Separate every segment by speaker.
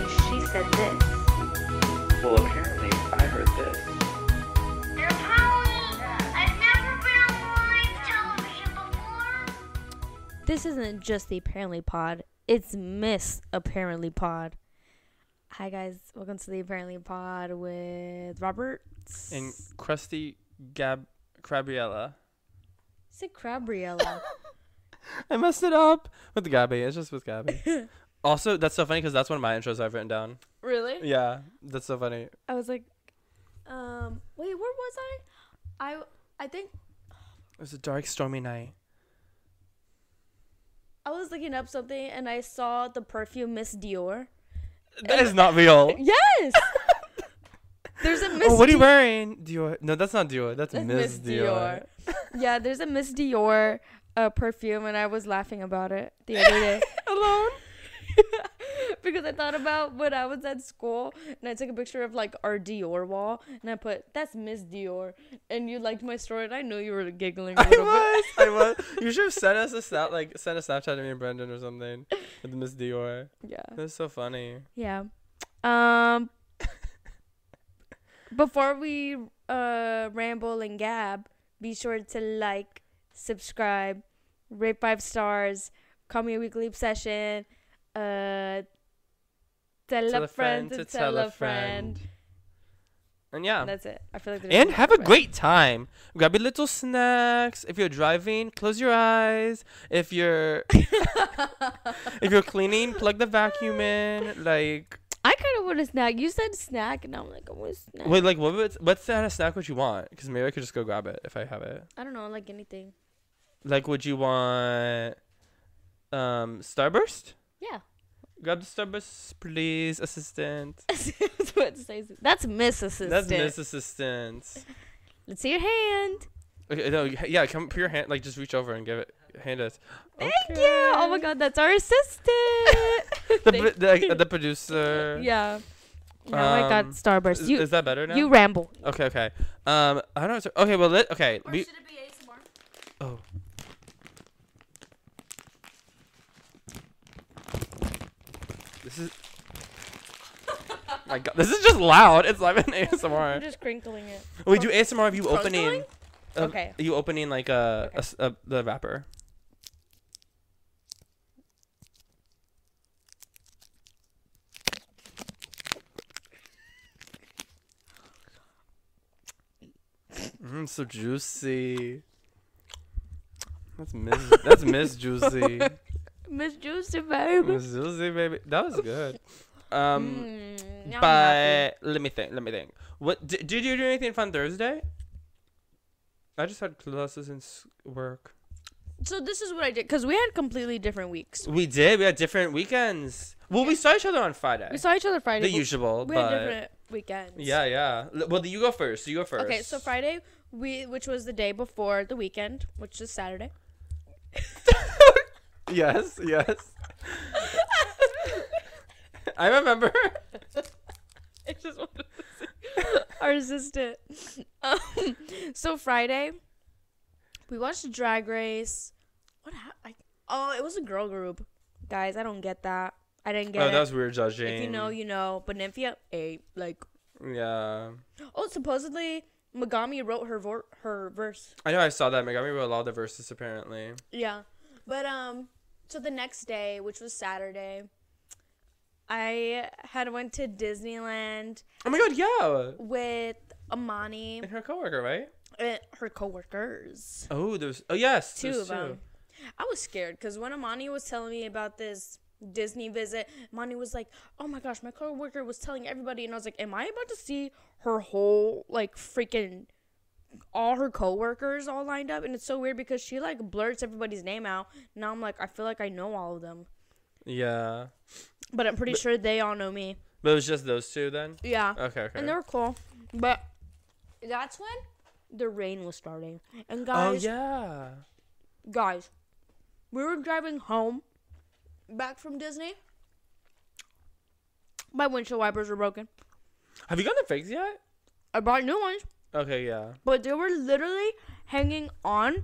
Speaker 1: heard this.
Speaker 2: Well, apparently, I heard this.
Speaker 3: They're Polly. I've never been on live television before.
Speaker 4: This isn't just the Apparently Pod. It's Miss Apparently Pod. Hi guys, welcome to the Apparently Pod with Robert.
Speaker 5: And Krusty Gab Crabriella.
Speaker 4: Say Crabriella.
Speaker 5: I messed it up with Gabby. It's just with Gabby. also, that's so funny because that's one of my intros I've written down.
Speaker 4: really?
Speaker 5: Yeah, that's so funny.
Speaker 4: I was like, um, wait, where was I? I I think
Speaker 5: It was a dark, stormy night.
Speaker 4: I was looking up something and I saw the perfume Miss Dior.
Speaker 5: That is not real.
Speaker 4: Yes. There's a Miss.
Speaker 5: Oh, what are you
Speaker 4: Dior-
Speaker 5: wearing? Dior. No, that's not Dior. That's
Speaker 4: That's
Speaker 5: Miss Dior.
Speaker 4: yeah, there's a Miss Dior uh, perfume, and I was laughing about it the other day alone because I thought about when I was at school and I took a picture of like our Dior wall and I put that's Miss Dior, and you liked my story, and I know you were giggling a
Speaker 5: I
Speaker 4: little bit.
Speaker 5: was. I was. You should have sent us a snap, like sent a Snapchat to me and Brendan or something with Miss Dior.
Speaker 4: Yeah,
Speaker 5: That's so funny.
Speaker 4: yeah. Um, before we uh ramble and gab, be sure to like, subscribe, rate five stars, call me a weekly obsession, uh, tell, a friend to tell a friend.
Speaker 5: And yeah.
Speaker 4: That's it. I feel like there's
Speaker 5: and
Speaker 4: no
Speaker 5: have a
Speaker 4: more.
Speaker 5: great time. Grab your little snacks. If you're driving, close your eyes. If you're if you're cleaning, plug the vacuum in. Like
Speaker 4: I kind of want a snack. You said snack, and I'm like, I want a snack.
Speaker 5: wait, like what? would- What's that snack? Would you want? Because maybe I could just go grab it if I have it.
Speaker 4: I don't know, like anything.
Speaker 5: Like, would you want um Starburst?
Speaker 4: Yeah.
Speaker 5: Grab the Starburst, please, assistant.
Speaker 4: That's what it says. That's Miss Assistant.
Speaker 5: That's Miss Assistant.
Speaker 4: Let's see your hand.
Speaker 5: Okay, no, yeah, come put your hand. Like, just reach over and give it. Hand us.
Speaker 4: Thank you. Oh my God, that's our assistant.
Speaker 5: The
Speaker 4: Thank
Speaker 5: pro- the, the producer.
Speaker 4: Yeah. Now I got
Speaker 5: Um,
Speaker 4: Starburst.
Speaker 5: Is,
Speaker 4: You
Speaker 5: is that better now?
Speaker 4: you ramble.
Speaker 5: Okay, okay. Um, I don't know. Okay, well, let, okay.
Speaker 3: Or
Speaker 5: We,
Speaker 3: should it be ASMR?
Speaker 5: oh, this is. My God, this is just loud. It's live in
Speaker 4: I'm
Speaker 5: ASMR.
Speaker 4: just crinkling it.
Speaker 5: We do ASMR of you opening.
Speaker 4: Crunchling?
Speaker 5: of
Speaker 4: Okay.
Speaker 5: You opening like a, a s- a- the wrapper. Mm, so juicy. That's Miss. That's Miss Juicy.
Speaker 4: Miss Juicy baby.
Speaker 5: Miss Juicy, baby. That was good. Um,
Speaker 4: Mm, now I'm happy.
Speaker 5: but let me think. Let me think. What did, did you do anything fun Thursday? I just had classes and s- work.
Speaker 4: so this is what I did because we had completely different weeks.
Speaker 5: We did. We had different weekends. Well, we saw each other on Friday.
Speaker 4: We saw each other Friday.
Speaker 5: the
Speaker 4: but
Speaker 5: usual,
Speaker 4: We
Speaker 5: but
Speaker 4: had different weekends.
Speaker 5: yeah, yeah. L- Well, you go first. You go first.
Speaker 4: Okay, so Friday, we which was the day before the weekend, which is Saturday.
Speaker 5: Yes, yes. I remember.
Speaker 4: I just wanted to say our assistant. Um, so Friday, we watched Drag Race. What happened? Oh, it was a girl group, guys. I don't get that. I didn't get
Speaker 5: Oh,
Speaker 4: it.
Speaker 5: that was weird judging.
Speaker 4: if you know, you know. But Nymphia ate like.
Speaker 5: Yeah,
Speaker 4: Oh, supposedly Megami wrote her vor- her verse.
Speaker 5: I know. I saw that. Megami wrote a lot of the verses apparently.
Speaker 4: Yeah, but um, so the next day, which was Saturday, I had went to Disneyland
Speaker 5: Oh my god, yeah.
Speaker 4: with Amani
Speaker 5: And her coworker, right?
Speaker 4: and her coworkers.
Speaker 5: Oh, there's. Oh yes,
Speaker 4: two
Speaker 5: there's
Speaker 4: of them. I was scared because when Amani was telling me about this Disney visit, Amani was like, "Oh my gosh, my coworker was telling everybody," and I was like, "Am I about to see her whole like freaking all her coworkers all lined up?" And it's so weird because she like blurts everybody's name out. Now I'm like, I feel like I know all of them,
Speaker 5: Yeah,
Speaker 4: but I'm pretty sure they all know me.
Speaker 5: but it was just those two then.
Speaker 4: Yeah,
Speaker 5: Okay, okay.
Speaker 4: and they were cool, but that's when the rain was starting. And
Speaker 5: oh
Speaker 4: guys,
Speaker 5: yeah.
Speaker 4: guys, we were driving home back from Disney. My windshield wipers were broken.
Speaker 5: Have you gotten the figs yet?
Speaker 4: I bought new ones,
Speaker 5: Okay, yeah.
Speaker 4: but they were literally hanging on.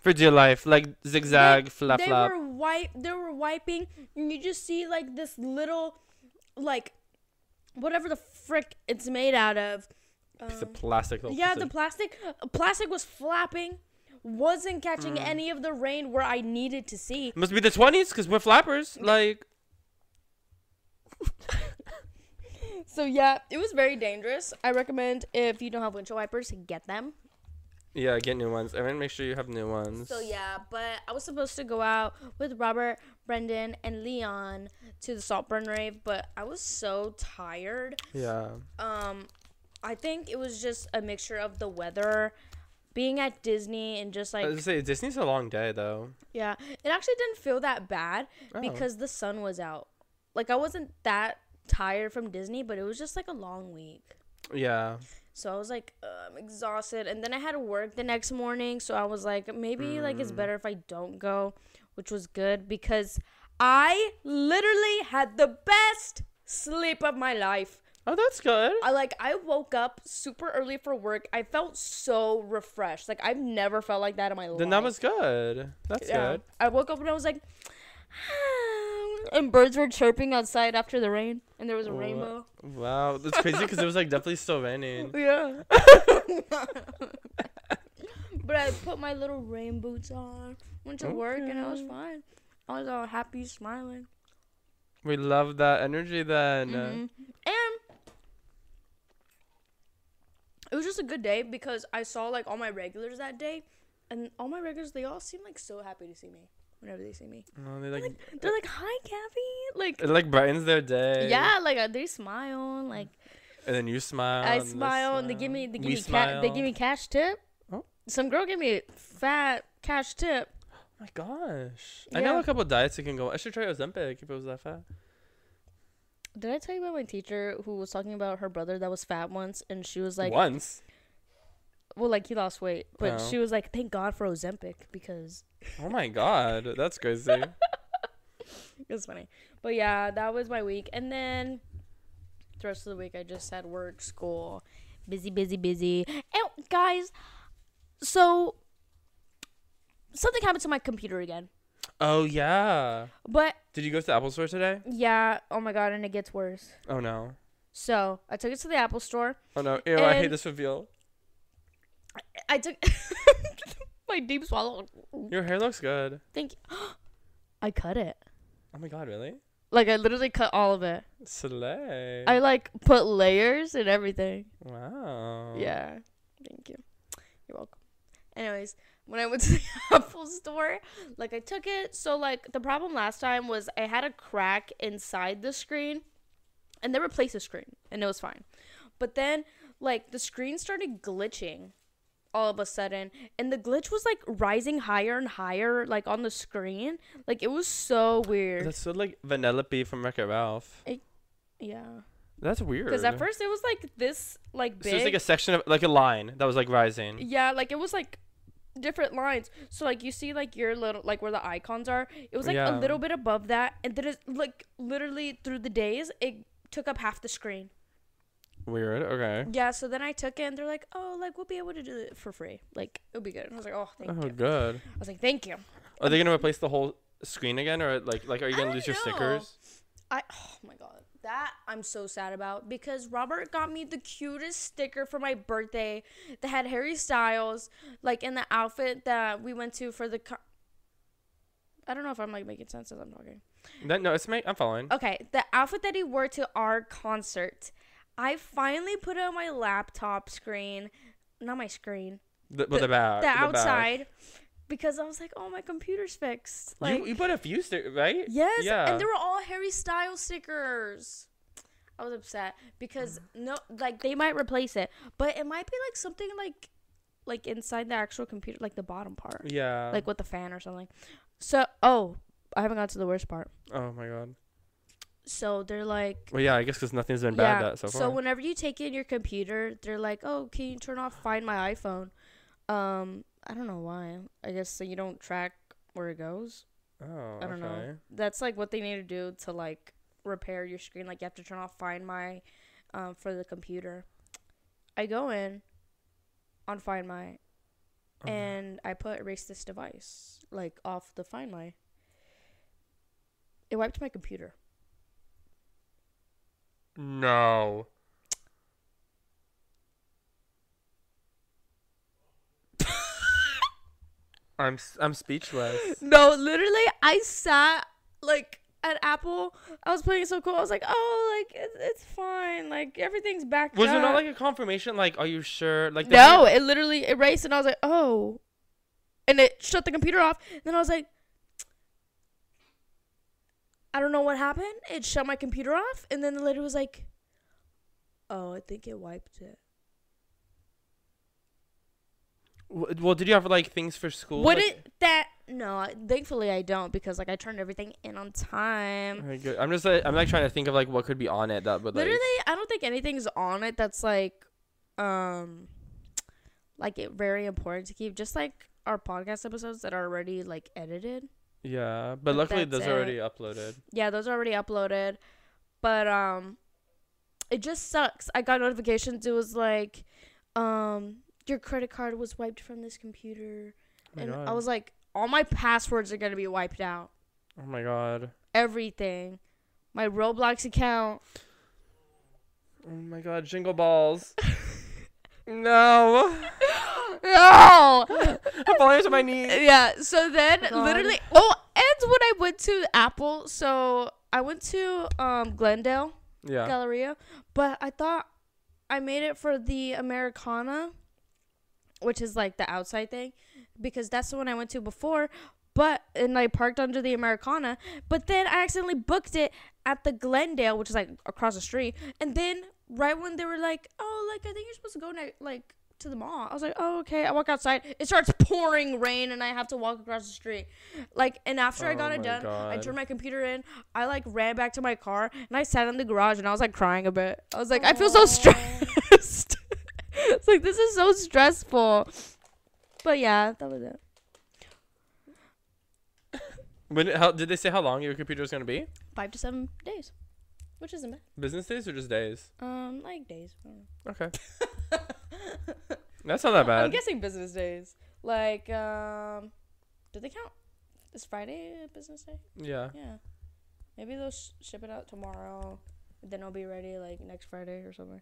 Speaker 5: For dear life, like
Speaker 4: They-
Speaker 5: zigzag, flap,
Speaker 4: They
Speaker 5: flap.
Speaker 4: were wipe they were wiping and you just see like this little like whatever the frick it's made out of. Um,
Speaker 5: Piece of plastic. little
Speaker 4: Yeah,
Speaker 5: piece
Speaker 4: the
Speaker 5: of-
Speaker 4: plastic plastic was flapping, wasn't catching
Speaker 5: Mm.
Speaker 4: any of the rain where I needed to see.
Speaker 5: Must be the 20s because we're flappers. Like,
Speaker 4: So yeah, it was very dangerous. I recommend if you don't have windshield wipers, get them.
Speaker 5: yeah, get new ones. Everyone, make sure you have new ones.
Speaker 4: So yeah, but I was supposed to go out with Robert, Brendan, and Leon to the Saltburn rave, but I was so tired.
Speaker 5: Yeah.
Speaker 4: Um, I think it was just a mixture of the weather, being at Disney, and just
Speaker 5: I
Speaker 4: like
Speaker 5: was gonna say, Disney's a long day, though.
Speaker 4: yeah, it actually didn't feel that bad
Speaker 5: Oh.
Speaker 4: because the sun was out. Like I wasn't that tired from Disney, but it was just like a long week.
Speaker 5: Yeah.
Speaker 4: So I was like, uh, I'm exhausted. And then I had to work the next morning. So I was like, maybe like it's better if I don't go, which was good because I literally had the best sleep of my life.
Speaker 5: Oh, that's good.
Speaker 4: I like I woke up super early for work. I felt so refreshed. Like I've never felt like that in my life.
Speaker 5: Then that was good. That's good.
Speaker 4: I woke up and I was like and birds were chirping outside after the rain and there was a
Speaker 5: Wha-
Speaker 4: rainbow.
Speaker 5: Wow, that's crazy because it was like definitely still raining.
Speaker 4: Yeah. but I put my little rain boots on, went to work, and I was fine. I was all happy, smiling.
Speaker 5: We love that energy then.
Speaker 4: Mhm. And it was just a good day because I saw like all my regulars that day, and all my regulars they all seem like so happy to see me whenever they see me.
Speaker 5: Oh, they like
Speaker 4: They're like, "Hi, Kathy!" Like,
Speaker 5: it like brightens their day.
Speaker 4: yeah, like uh, they smile, like
Speaker 5: And then you smile.
Speaker 4: I
Speaker 5: and they
Speaker 4: smile and they give me they give
Speaker 5: Um, uh,
Speaker 4: me
Speaker 5: We
Speaker 4: ca- they
Speaker 5: smile.
Speaker 4: give me cash tip.
Speaker 5: Oh.
Speaker 4: Some girl gave me fat cash tip.
Speaker 5: Oh my gosh. I know
Speaker 4: Yeah.
Speaker 5: a couple diets you can go. I should try Ozempic if it was that fat.
Speaker 4: Did I tell you about my teacher who was talking about her brother that was fat once and she was like
Speaker 5: Once.
Speaker 4: well like he lost weight, but
Speaker 5: Oh.
Speaker 4: she was like thank God for Ozempic because
Speaker 5: Oh my god, that's crazy.
Speaker 4: it was funny. But yeah, that was my week and then the rest of the week I just had work, school, busy busy busy. And guys, so something happened to my computer again.
Speaker 5: oh yeah.
Speaker 4: But
Speaker 5: Did you go to the Apple Store today?
Speaker 4: yeah, oh my god, and it gets worse.
Speaker 5: Oh no.
Speaker 4: So I took it to the Apple store.
Speaker 5: Oh no. Ew, I hate
Speaker 4: And-
Speaker 5: this reveal.
Speaker 4: I took my deep swallow.
Speaker 5: Your hair looks good.
Speaker 4: Thank you. I cut it.
Speaker 5: Oh my god, really?
Speaker 4: Like I literally cut all of it.
Speaker 5: Slay.
Speaker 4: I like put layers and everything.
Speaker 5: wow.
Speaker 4: Yeah. Thank you. You're welcome. Anyways, when I went to the Apple store, like I took it. So like the problem last time was I had a crack inside the screen and they replaced the screen and it was fine. But then like the screen started glitching all of a sudden and the glitch was like rising higher and higher like on the screen. Like it was so weird.
Speaker 5: That's so like Vanellope from Wreck-It Ralph.
Speaker 4: yeah.
Speaker 5: That's weird.
Speaker 4: Cuz at first it was like this like
Speaker 5: So
Speaker 4: big.
Speaker 5: it's like a section of like a line that was like rising.
Speaker 4: Yeah, like it was like different lines. So like you see like your little like where the icons are. It was like a
Speaker 5: Yeah.
Speaker 4: little bit above that, and then it like literally through the days it took up half the screen.
Speaker 5: Weird. Okay.
Speaker 4: Yeah. So then I took it, and they're like, "Oh, like we'll be able to do it for free. Like it'll be good." And I was like, "Oh, thank
Speaker 5: Oh
Speaker 4: you."
Speaker 5: good.
Speaker 4: I was like, "Thank you."
Speaker 5: Are they gonna replace the whole screen again, or like like are you
Speaker 4: I
Speaker 5: gonna
Speaker 4: don't
Speaker 5: lose your
Speaker 4: know.
Speaker 5: stickers?
Speaker 4: I oh my god, that I'm so sad about because Robert got me the cutest sticker for my birthday that had Harry Styles like in the outfit that we went to for the. Co- I don't know if I'm like making sense as I'm talking.
Speaker 5: That no, it's my. I'm following.
Speaker 4: Okay, the outfit that he wore to our concert. I finally put it on my laptop screen, not my screen,
Speaker 5: The, but Uh, the back.
Speaker 4: the
Speaker 5: back.
Speaker 4: outside, because I was like, oh, my computer's fixed. Like,
Speaker 5: you, you put a few stickers, right?
Speaker 4: yes,
Speaker 5: Yeah.
Speaker 4: and they were all Harry Styles stickers. I was upset because no, like they might replace it, but it might be like something like, like inside the actual computer, like the bottom part,
Speaker 5: yeah.
Speaker 4: like with the fan or something. So, oh, I haven't got to the worst part.
Speaker 5: oh my god.
Speaker 4: So they're like,
Speaker 5: Well, yeah. I guess because nothing's been bad that so far.
Speaker 4: whenever you take in your computer, they're like, "Oh, can you turn off Find My iPhone?" Um, I don't know why. I guess so you don't track where it goes.
Speaker 5: oh.
Speaker 4: I don't know.
Speaker 5: okay.
Speaker 4: That's like what they need to do to like repair your screen. Like you have to turn off Find My, um, for the computer. I go in on Find My,
Speaker 5: Oh.
Speaker 4: and I put erase this device like off the Find My. They wiped my computer.
Speaker 5: No. I'm s- I'm speechless.
Speaker 4: No, literally, I sat like at Apple. I was playing it so cool. I was like, oh, like it's, it's fine. Like everything's back.
Speaker 5: Was there
Speaker 4: up."
Speaker 5: not like a confirmation? Like, are you sure? Like, the
Speaker 4: No,
Speaker 5: weird-
Speaker 4: it literally erased, and I was like, oh. And it shut the computer off. And then I was like, I don't know what happened. It shut my computer off. And then the lady was like, oh, I think it wiped it.
Speaker 5: W- Well, did you have like things for school?
Speaker 4: Would
Speaker 5: like-
Speaker 4: it that? No, I- thankfully I don't because like I turned everything in on time.
Speaker 5: Alright, good. I'm just like, I'm like trying to think of like what could be on it that would like.
Speaker 4: Literally, I don't think anything's on it that's like, um, like it very important to keep. Just like our podcast episodes that are already like edited.
Speaker 5: Yeah, but
Speaker 4: But
Speaker 5: luckily
Speaker 4: that's
Speaker 5: those
Speaker 4: it.
Speaker 5: are already uploaded. Oh
Speaker 4: Yeah, those are already uploaded. But um it just sucks. I got notifications it was like um your credit card was wiped from this computer
Speaker 5: Oh my
Speaker 4: and I
Speaker 5: God.
Speaker 4: was like all my passwords are going to be wiped out.
Speaker 5: Oh my god.
Speaker 4: Everything. My Roblox account.
Speaker 5: Oh my god, jingle balls. no.
Speaker 4: No.
Speaker 5: I'm falling to my knees.
Speaker 4: yeah, so then
Speaker 5: God.
Speaker 4: literally oh, and when I went to Apple, so I went to um Glendale
Speaker 5: Yeah.
Speaker 4: Galleria, but I thought I made it for the Americana, which is like the outside thing, because that's the one I went to before. But and I parked under the Americana, but then I accidentally booked it at the Glendale, which is like across the street. And then right when they were like, "Oh, like I think you're supposed to go ne- like to the mall," I was like, "Oh, okay." I walk outside. It starts pouring rain, and I have to walk across the street. Like, and after I
Speaker 5: Oh
Speaker 4: got it
Speaker 5: my
Speaker 4: done, I
Speaker 5: God.
Speaker 4: turned my computer in. I like ran back to my car, and I sat in the garage, and I was like crying a bit. I was like, "I feel so stressed." it's like this is so stressful. But yeah, that was it.
Speaker 5: When how did they say how long your computer was gonna be?
Speaker 4: Five to seven days, which isn't bad.
Speaker 5: Business days or just days?
Speaker 4: Um, like days. I don't know.
Speaker 5: Okay. That's not that bad.
Speaker 4: I'm guessing business days. Like, um, do they count? Is Friday a business day?
Speaker 5: yeah.
Speaker 4: Yeah. Maybe they'll sh- ship it out tomorrow. Then it'll be ready like next Friday or something.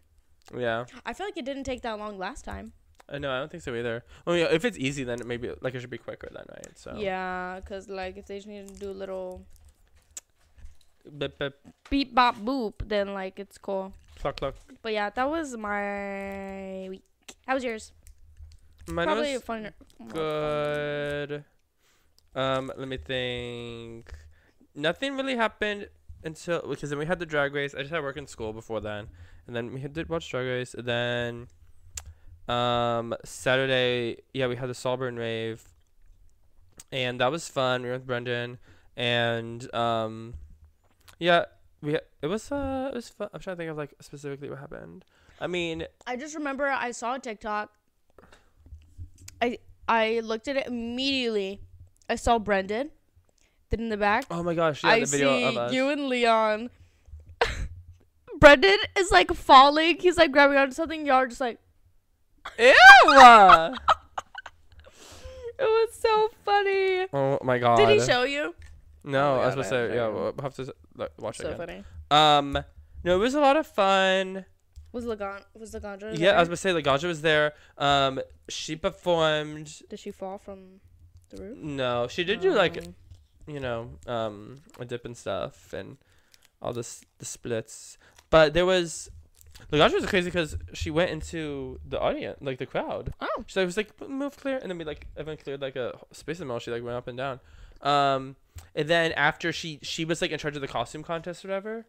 Speaker 5: Yeah.
Speaker 4: I feel like it didn't take that long last time.
Speaker 5: Uh, no, I don't think so either. Oh yeah, if it's easy then it maybe like it should be quicker then, right? So
Speaker 4: Yeah, because like if they just need to do a little
Speaker 5: Bip, bip,
Speaker 4: beep bop boop, then like it's cool.
Speaker 5: cluck, cluck.
Speaker 4: But yeah, that was my week. How was yours?
Speaker 5: Mine
Speaker 4: Probably
Speaker 5: was-
Speaker 4: funner.
Speaker 5: good. Um, let me think. Nothing really happened until because then we had the drag race. I just had work in school before then, and then we had- did watch drag race. And then, um, Saturday, yeah, we had the Salburn rave, and that was fun. We were with Brendan, and um, yeah, we it was uh it was fun. I'm trying to think of like specifically what happened. I mean,
Speaker 4: I just remember I saw a TikTok. I I looked at it immediately. I saw Brendan. Then in the back,
Speaker 5: oh my gosh, yeah,
Speaker 4: I
Speaker 5: the video
Speaker 4: see
Speaker 5: of us.
Speaker 4: you and Leon. Brendan is like falling. He's like grabbing onto something. Y'all are just like,
Speaker 5: Ew!
Speaker 4: it was so funny.
Speaker 5: Oh my god.
Speaker 4: Did he show you? Oh
Speaker 5: No,
Speaker 4: my
Speaker 5: I was
Speaker 4: God, I
Speaker 5: supposed to.
Speaker 4: haven't
Speaker 5: Yeah,
Speaker 4: heard.
Speaker 5: we'll have to s- like, watch it
Speaker 4: So
Speaker 5: again.
Speaker 4: funny.
Speaker 5: Um, no, it was a lot of fun.
Speaker 4: Was Lagan was Lagandra?
Speaker 5: Yeah, I was
Speaker 4: there?
Speaker 5: gonna say Lagaja was there. Um, she performed.
Speaker 4: Did she fall from the roof?
Speaker 5: No, she did do like
Speaker 4: Um,
Speaker 5: you know um a dip and stuff and all this the splits, but there was. Lagaja was crazy because she went into the audience, like the crowd.
Speaker 4: Oh.
Speaker 5: She like, was like, move clear. And then we like, Evan cleared like a space in the middle. She like went up and down. Um, and then after she, she was like in charge of the costume contest or whatever.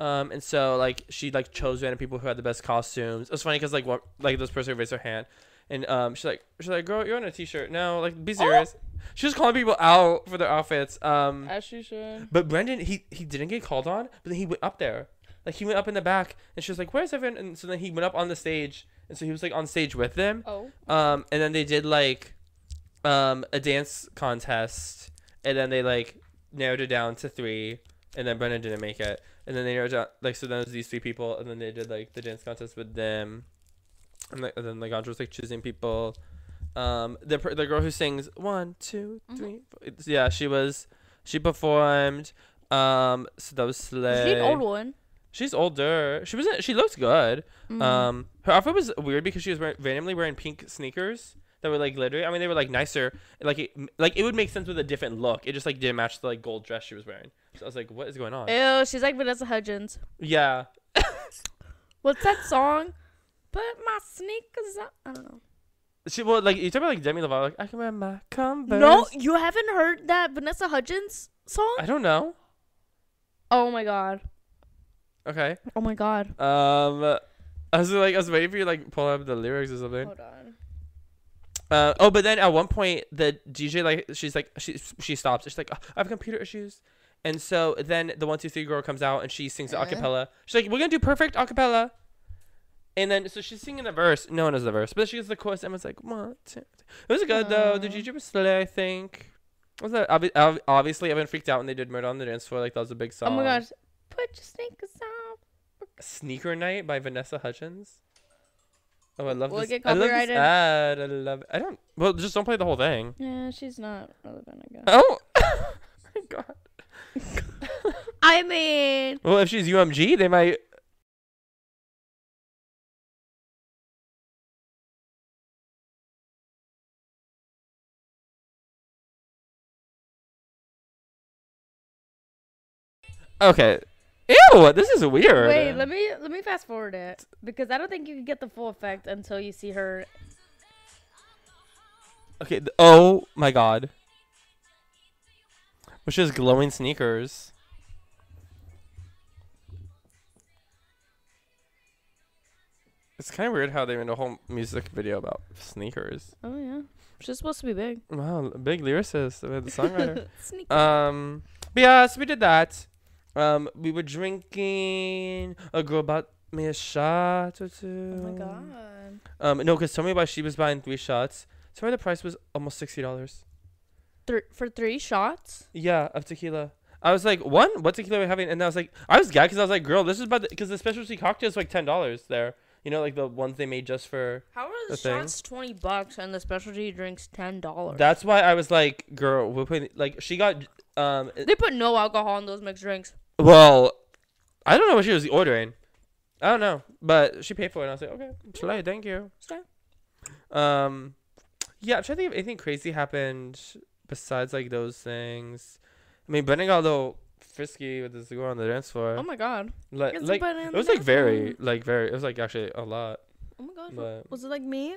Speaker 5: Um, and so like, she like chose random people who had the best costumes. It was funny because like, what, like this person raised her hand and, um, she's like, she's like, girl, you're on a t-shirt. No, like be serious. She was calling people out for their outfits. Um,
Speaker 4: As she should.
Speaker 5: but Brendan, he he didn't get called on, but then he went up there. Like he went up in the back, and she was like, "Where's everyone?" And so then he went up on the stage, and so he was like on stage with them.
Speaker 4: Oh.
Speaker 5: Um, and then they did like, um, a dance contest, and then they like narrowed it down to three, and then Brendan didn't make it, and then they narrowed down like so then it was these three people, and then they did like the dance contest with them, and, like, and then like Andre was like choosing people. Um, the per-
Speaker 4: Mm-hmm.
Speaker 5: the girl who sings one, two, three, four- it's- yeah, she was she performed. Um, so that was Slay.
Speaker 4: Is she an old one?
Speaker 5: She's older. She was. She looked good.
Speaker 4: Mm-hmm.
Speaker 5: Um, her outfit was weird because she was wearing, randomly wearing pink sneakers that were like glittery. I mean, they were like nicer. Like, it, like it would make sense with a different look. It just like didn't match the like gold dress she was wearing. So I was like, what is going on?
Speaker 4: Ew, she's like Vanessa Hudgens.
Speaker 5: yeah.
Speaker 4: What's that song? Put my sneakers on. I don't know.
Speaker 5: She well, like you talk about like Demi Lovato. Like I can wear my Converse.
Speaker 4: No, you haven't heard that Vanessa Hudgens song?
Speaker 5: I don't know.
Speaker 4: oh my god.
Speaker 5: Okay.
Speaker 4: Oh my god.
Speaker 5: Um, I was like, I was waiting for you to, like pull up the lyrics or something.
Speaker 4: Hold on.
Speaker 5: Uh, oh, but then at one point the DJ like she's like she she stops. She's like "Oh, I have computer issues, and so then the one two three girl comes out and she sings
Speaker 4: Uh-huh.
Speaker 5: the acapella. She's like we're gonna do perfect acapella, and then so she's singing the verse. No one knows the verse, but she gets the chorus. Emma's like one two. Three. It was good though. The
Speaker 4: Uh-huh.
Speaker 5: DJ was slay. I think. Was that obvi- ob- obviously everyone freaked out when they did murder on the dance floor? Like that was a big song.
Speaker 4: Oh my gosh. Put your sneakers on.
Speaker 5: Sneaker Night by Vanessa Hutchins. Oh, I love
Speaker 4: Will it
Speaker 5: this.
Speaker 4: get
Speaker 5: I love this
Speaker 4: copyrighted?
Speaker 5: ad. I love. I don't. Well, just don't play the whole thing.
Speaker 4: Yeah, she's not relevant, I guess.
Speaker 5: Oh. my God.
Speaker 4: I mean,
Speaker 5: Well, if she's UMG, they might. Okay. Ew, this is weird.
Speaker 4: wait, let me let me fast forward it because I don't think you can get the full effect until you see her.
Speaker 5: Okay. th- oh my god. Which is glowing sneakers. It's kind of weird how they made a whole music video about sneakers.
Speaker 4: Oh yeah, she's supposed to be big.
Speaker 5: Wow, big lyricist, uh, the songwriter.
Speaker 4: Sneak.
Speaker 5: um, but yeah, so we did that. Um, we were drinking. A girl bought me a shot or two.
Speaker 4: oh my god.
Speaker 5: Um, no, because tell me why she was buying three shots. Tell me the price was almost sixty dollars.
Speaker 4: Three for three shots.
Speaker 5: Yeah, of tequila. I was like, one, what tequila are we having? And I was like, I was gagged because I was like, girl, this is about because the specialty cocktail is like ten dollars there. You know, like the ones they made just for.
Speaker 4: How are the,
Speaker 5: the The thing.
Speaker 4: shots
Speaker 5: shots
Speaker 4: twenty bucks and the specialty drinks ten dollars?
Speaker 5: That's why I was like, girl, we're putting like she got um.
Speaker 4: They put no alcohol in those mixed drinks.
Speaker 5: Well, I don't know what she was ordering. I don't know, but she paid for it. And I was like, okay, slay, thank you.
Speaker 4: Slay.
Speaker 5: Um, yeah, I'm trying to think if anything crazy happened besides like those things. I mean, Brennan got a little frisky with this girl on the dance floor.
Speaker 4: Oh my god.
Speaker 5: like,
Speaker 4: It's a
Speaker 5: Uh, like
Speaker 4: banana
Speaker 5: it was like
Speaker 4: phone.
Speaker 5: very like very it was like actually a lot
Speaker 4: Oh my god.
Speaker 5: But-
Speaker 4: Was it like me?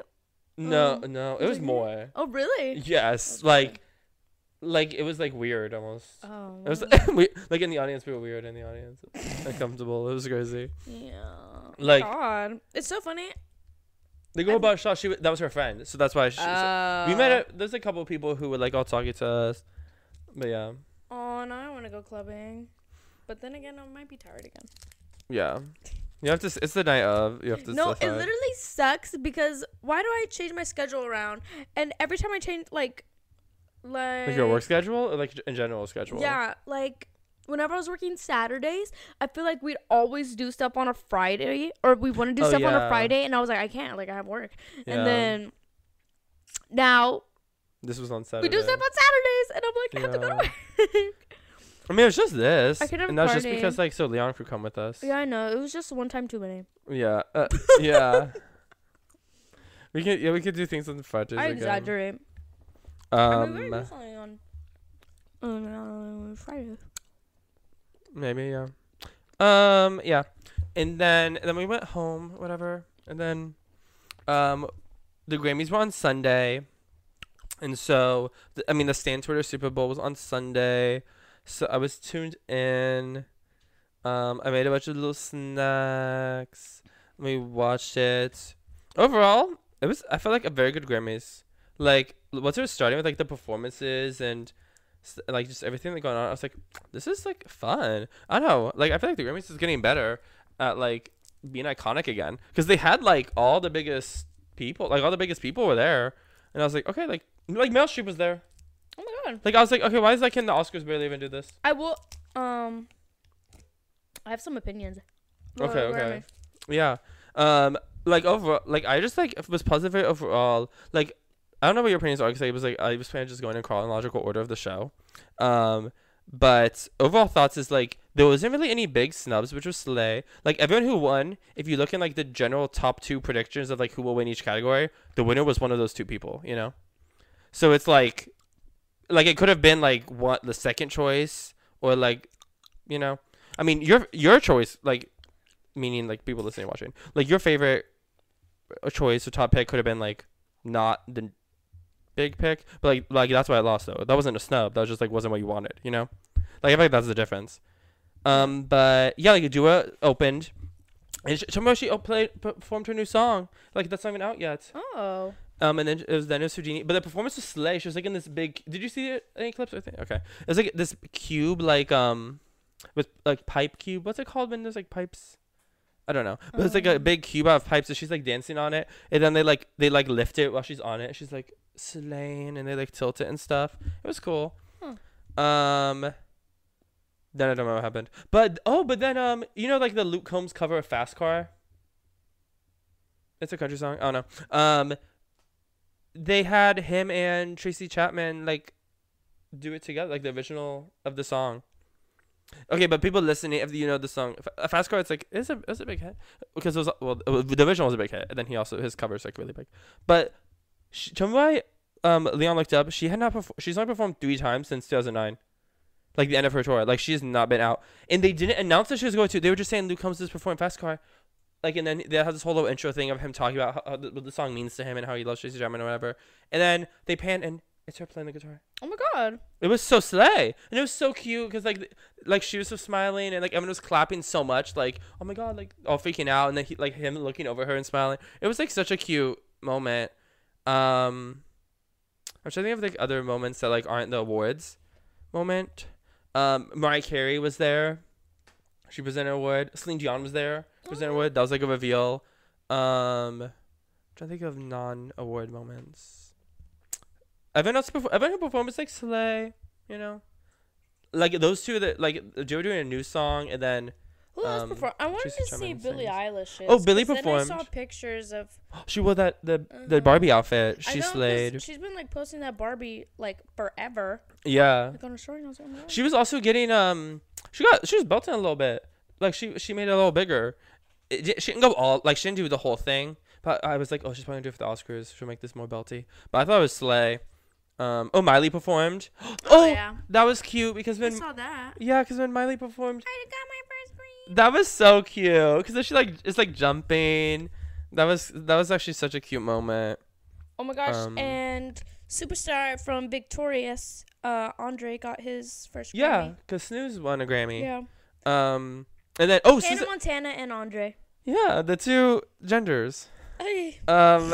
Speaker 5: no
Speaker 4: Um,
Speaker 5: no it
Speaker 4: was
Speaker 5: was
Speaker 4: it-
Speaker 5: more
Speaker 4: Oh really?
Speaker 5: yes like like it was like weird almost
Speaker 4: Oh.
Speaker 5: it was
Speaker 4: wow.
Speaker 5: we, like in the audience we were weird in the audience uncomfortable it was crazy
Speaker 4: yeah.
Speaker 5: like-
Speaker 4: God, it's so funny.
Speaker 5: the girl about shot she wa- that was her friend so that's why she, so- we met
Speaker 4: Uh,
Speaker 5: a, there's a couple of people who were like all talking to us but yeah
Speaker 4: Oh, now I want to go clubbing. But then again, I might be tired again.
Speaker 5: yeah you have to s- it's the night of you have to
Speaker 4: no, it
Speaker 5: decide.
Speaker 4: literally sucks because why do I change my schedule around? And every time I change, like, like,
Speaker 5: like your work schedule or like in general schedule
Speaker 4: Yeah, like whenever I was working Saturdays, I feel like we'd always do stuff on a Friday or we want to do
Speaker 5: Oh,
Speaker 4: stuff on a
Speaker 5: yeah.
Speaker 4: Friday, and I was like, I can't, like I have work.
Speaker 5: Yeah.
Speaker 4: And then now
Speaker 5: this was on
Speaker 4: we
Speaker 5: Saturday
Speaker 4: do stuff on Saturdays, and I'm like, I have to go to work.
Speaker 5: I mean, it was just this.
Speaker 4: I could have
Speaker 5: and that was just
Speaker 4: farted.
Speaker 5: because, like, so Leon could come with us.
Speaker 4: yeah, I know. It was just one time too many.
Speaker 5: Yeah. Uh, yeah. We could, yeah, we could do things on Fridays.
Speaker 4: I
Speaker 5: again.
Speaker 4: exaggerate. I mean, we
Speaker 5: Um,
Speaker 4: already did something on on, uh, Friday.
Speaker 5: maybe yeah. Um, yeah, and then then we went home, whatever, and then, um, the Grammys were on Sunday, and so th- I mean the Stan Twitter Super Bowl was on Sunday, so I was tuned in. Um, I made a bunch of little snacks. We watched it. Overall, it was I felt like a very good Grammys. Like once it was starting with like the performances and s- like just everything that going on, I was like, this is like fun. I don't know. Like I feel like the Grammys is getting better at like being iconic again because they had like all the biggest people, like all the biggest people were there, and I was like, okay, like like Meryl Streep was there.
Speaker 4: Oh my god.
Speaker 5: Like I was like, okay, why is like in the Oscars barely even do this?
Speaker 4: I will um I have some opinions. Where-
Speaker 5: Okay,
Speaker 4: where am
Speaker 5: okay. Yeah. Um. Like overall, like I just like was positive overall. Like I don't know what your opinions are because I was like I was planning on just going in chronological order of the show. Um. But overall thoughts is like there wasn't really any big snubs, which was slay. Like everyone who won, if you look in like the general top two predictions of like who will win each category, the winner was one of those two people, you know? So it's like like it could have been like what the second choice or like you know I mean your your choice, like meaning like people listening and watching. Like your favorite uh, choice or top pick could have been like not the big pick. But like like that's why I lost though. That wasn't a snub. That was just like wasn't what you wanted, you know? Like I feel like that's the difference. Um but yeah, like Dua opened and sh- Tomoshi op- played p- performed her new song. Like that's not even out yet.
Speaker 4: Oh.
Speaker 5: Um, and then it was then it was Houdini, but the performance was slay. She was like in this big. Did you see it? Any clips? I think. Okay, it was like this cube, like um, with like pipe cube. What's it called when there's like pipes? I don't know. But it's like a big cube out of pipes, and she's like dancing on it. And then they like they like lift it while she's on it. She's like slaying, and they like tilt it and stuff. It was cool. Um. Then I don't know what happened, but oh, but then um, you know like the Luke Combs cover of Fast Car. It's a country song. I don't know. Um, they had him and Tracy Chapman like do it together, like the original of the song. Okay, but people listening, if you know the song, F- uh, Fast Car, it's like it's a it's a big hit because it was well uh, the original was a big hit, and then he also his cover's like really big. But sh tell me why um Leon looked up. She had not perf- she's only performed three times since 2009, like the end of her tour. Like she has not been out, and they didn't announce that she was going to. They were just saying Luke Combs is performing Fast Car, like and then they had this whole little intro thing of him talking about how, how the, what the song means to him and how he loves Tracy Chapman or whatever. And then they pan and it's her playing the guitar.
Speaker 4: Oh my god.
Speaker 5: It was so slay, and it was so cute because like, th- like she was so smiling, and like everyone was clapping so much, like oh my god, like all freaking out, and then he, like him looking over her and smiling. It was like such a cute moment. Um, I'm trying to think of like other moments that like aren't the awards moment. Um, Mariah Carey was there. She presented an award. Celine Dion was there. Presented an award. That was like a reveal. Um, I'm trying to think of non-award moments. Everyone else, perf- everyone who performs like Slay, you know, like those two that like Joe doing a new song and then
Speaker 4: Who else
Speaker 5: Um,
Speaker 4: performed? I wanted
Speaker 5: Tracy
Speaker 4: to see
Speaker 5: Chapman
Speaker 4: Billie
Speaker 5: sings.
Speaker 4: Eilish.
Speaker 5: Oh, Billie
Speaker 4: Then I saw
Speaker 5: performed.
Speaker 4: pictures of.
Speaker 5: she wore that the
Speaker 4: Uh-huh.
Speaker 5: the Barbie outfit.
Speaker 4: I
Speaker 5: She
Speaker 4: know, 'cause
Speaker 5: slayed.
Speaker 4: She's been like posting that Barbie like forever.
Speaker 5: yeah,
Speaker 4: Like on her story, and I was like, oh my God.
Speaker 5: she was also getting um she got she was belting a little bit like she she made it a little bigger. It, di- she didn't go all like she didn't do the whole thing. But I was like, oh, she's probably gonna do it for the Oscars. She'll make this more belty. But I thought it was Slay. Um, oh, Miley performed. Oh,
Speaker 4: yeah.
Speaker 5: that was cute because when
Speaker 4: that.
Speaker 5: yeah, because when Miley performed,
Speaker 4: I got my first green.
Speaker 5: That was so cute because she like it's like jumping. That was that was actually such a cute moment.
Speaker 4: Oh my gosh!
Speaker 5: Um,
Speaker 4: and superstar from Victorious, uh, Andre got his first.
Speaker 5: Yeah,
Speaker 4: Grammy.
Speaker 5: because Snooze won a Grammy.
Speaker 4: Yeah.
Speaker 5: Um, and then oh,
Speaker 4: Hannah
Speaker 5: SZA-
Speaker 4: Montana and Andre.
Speaker 5: yeah, the two genders.
Speaker 4: Hey.
Speaker 5: Um.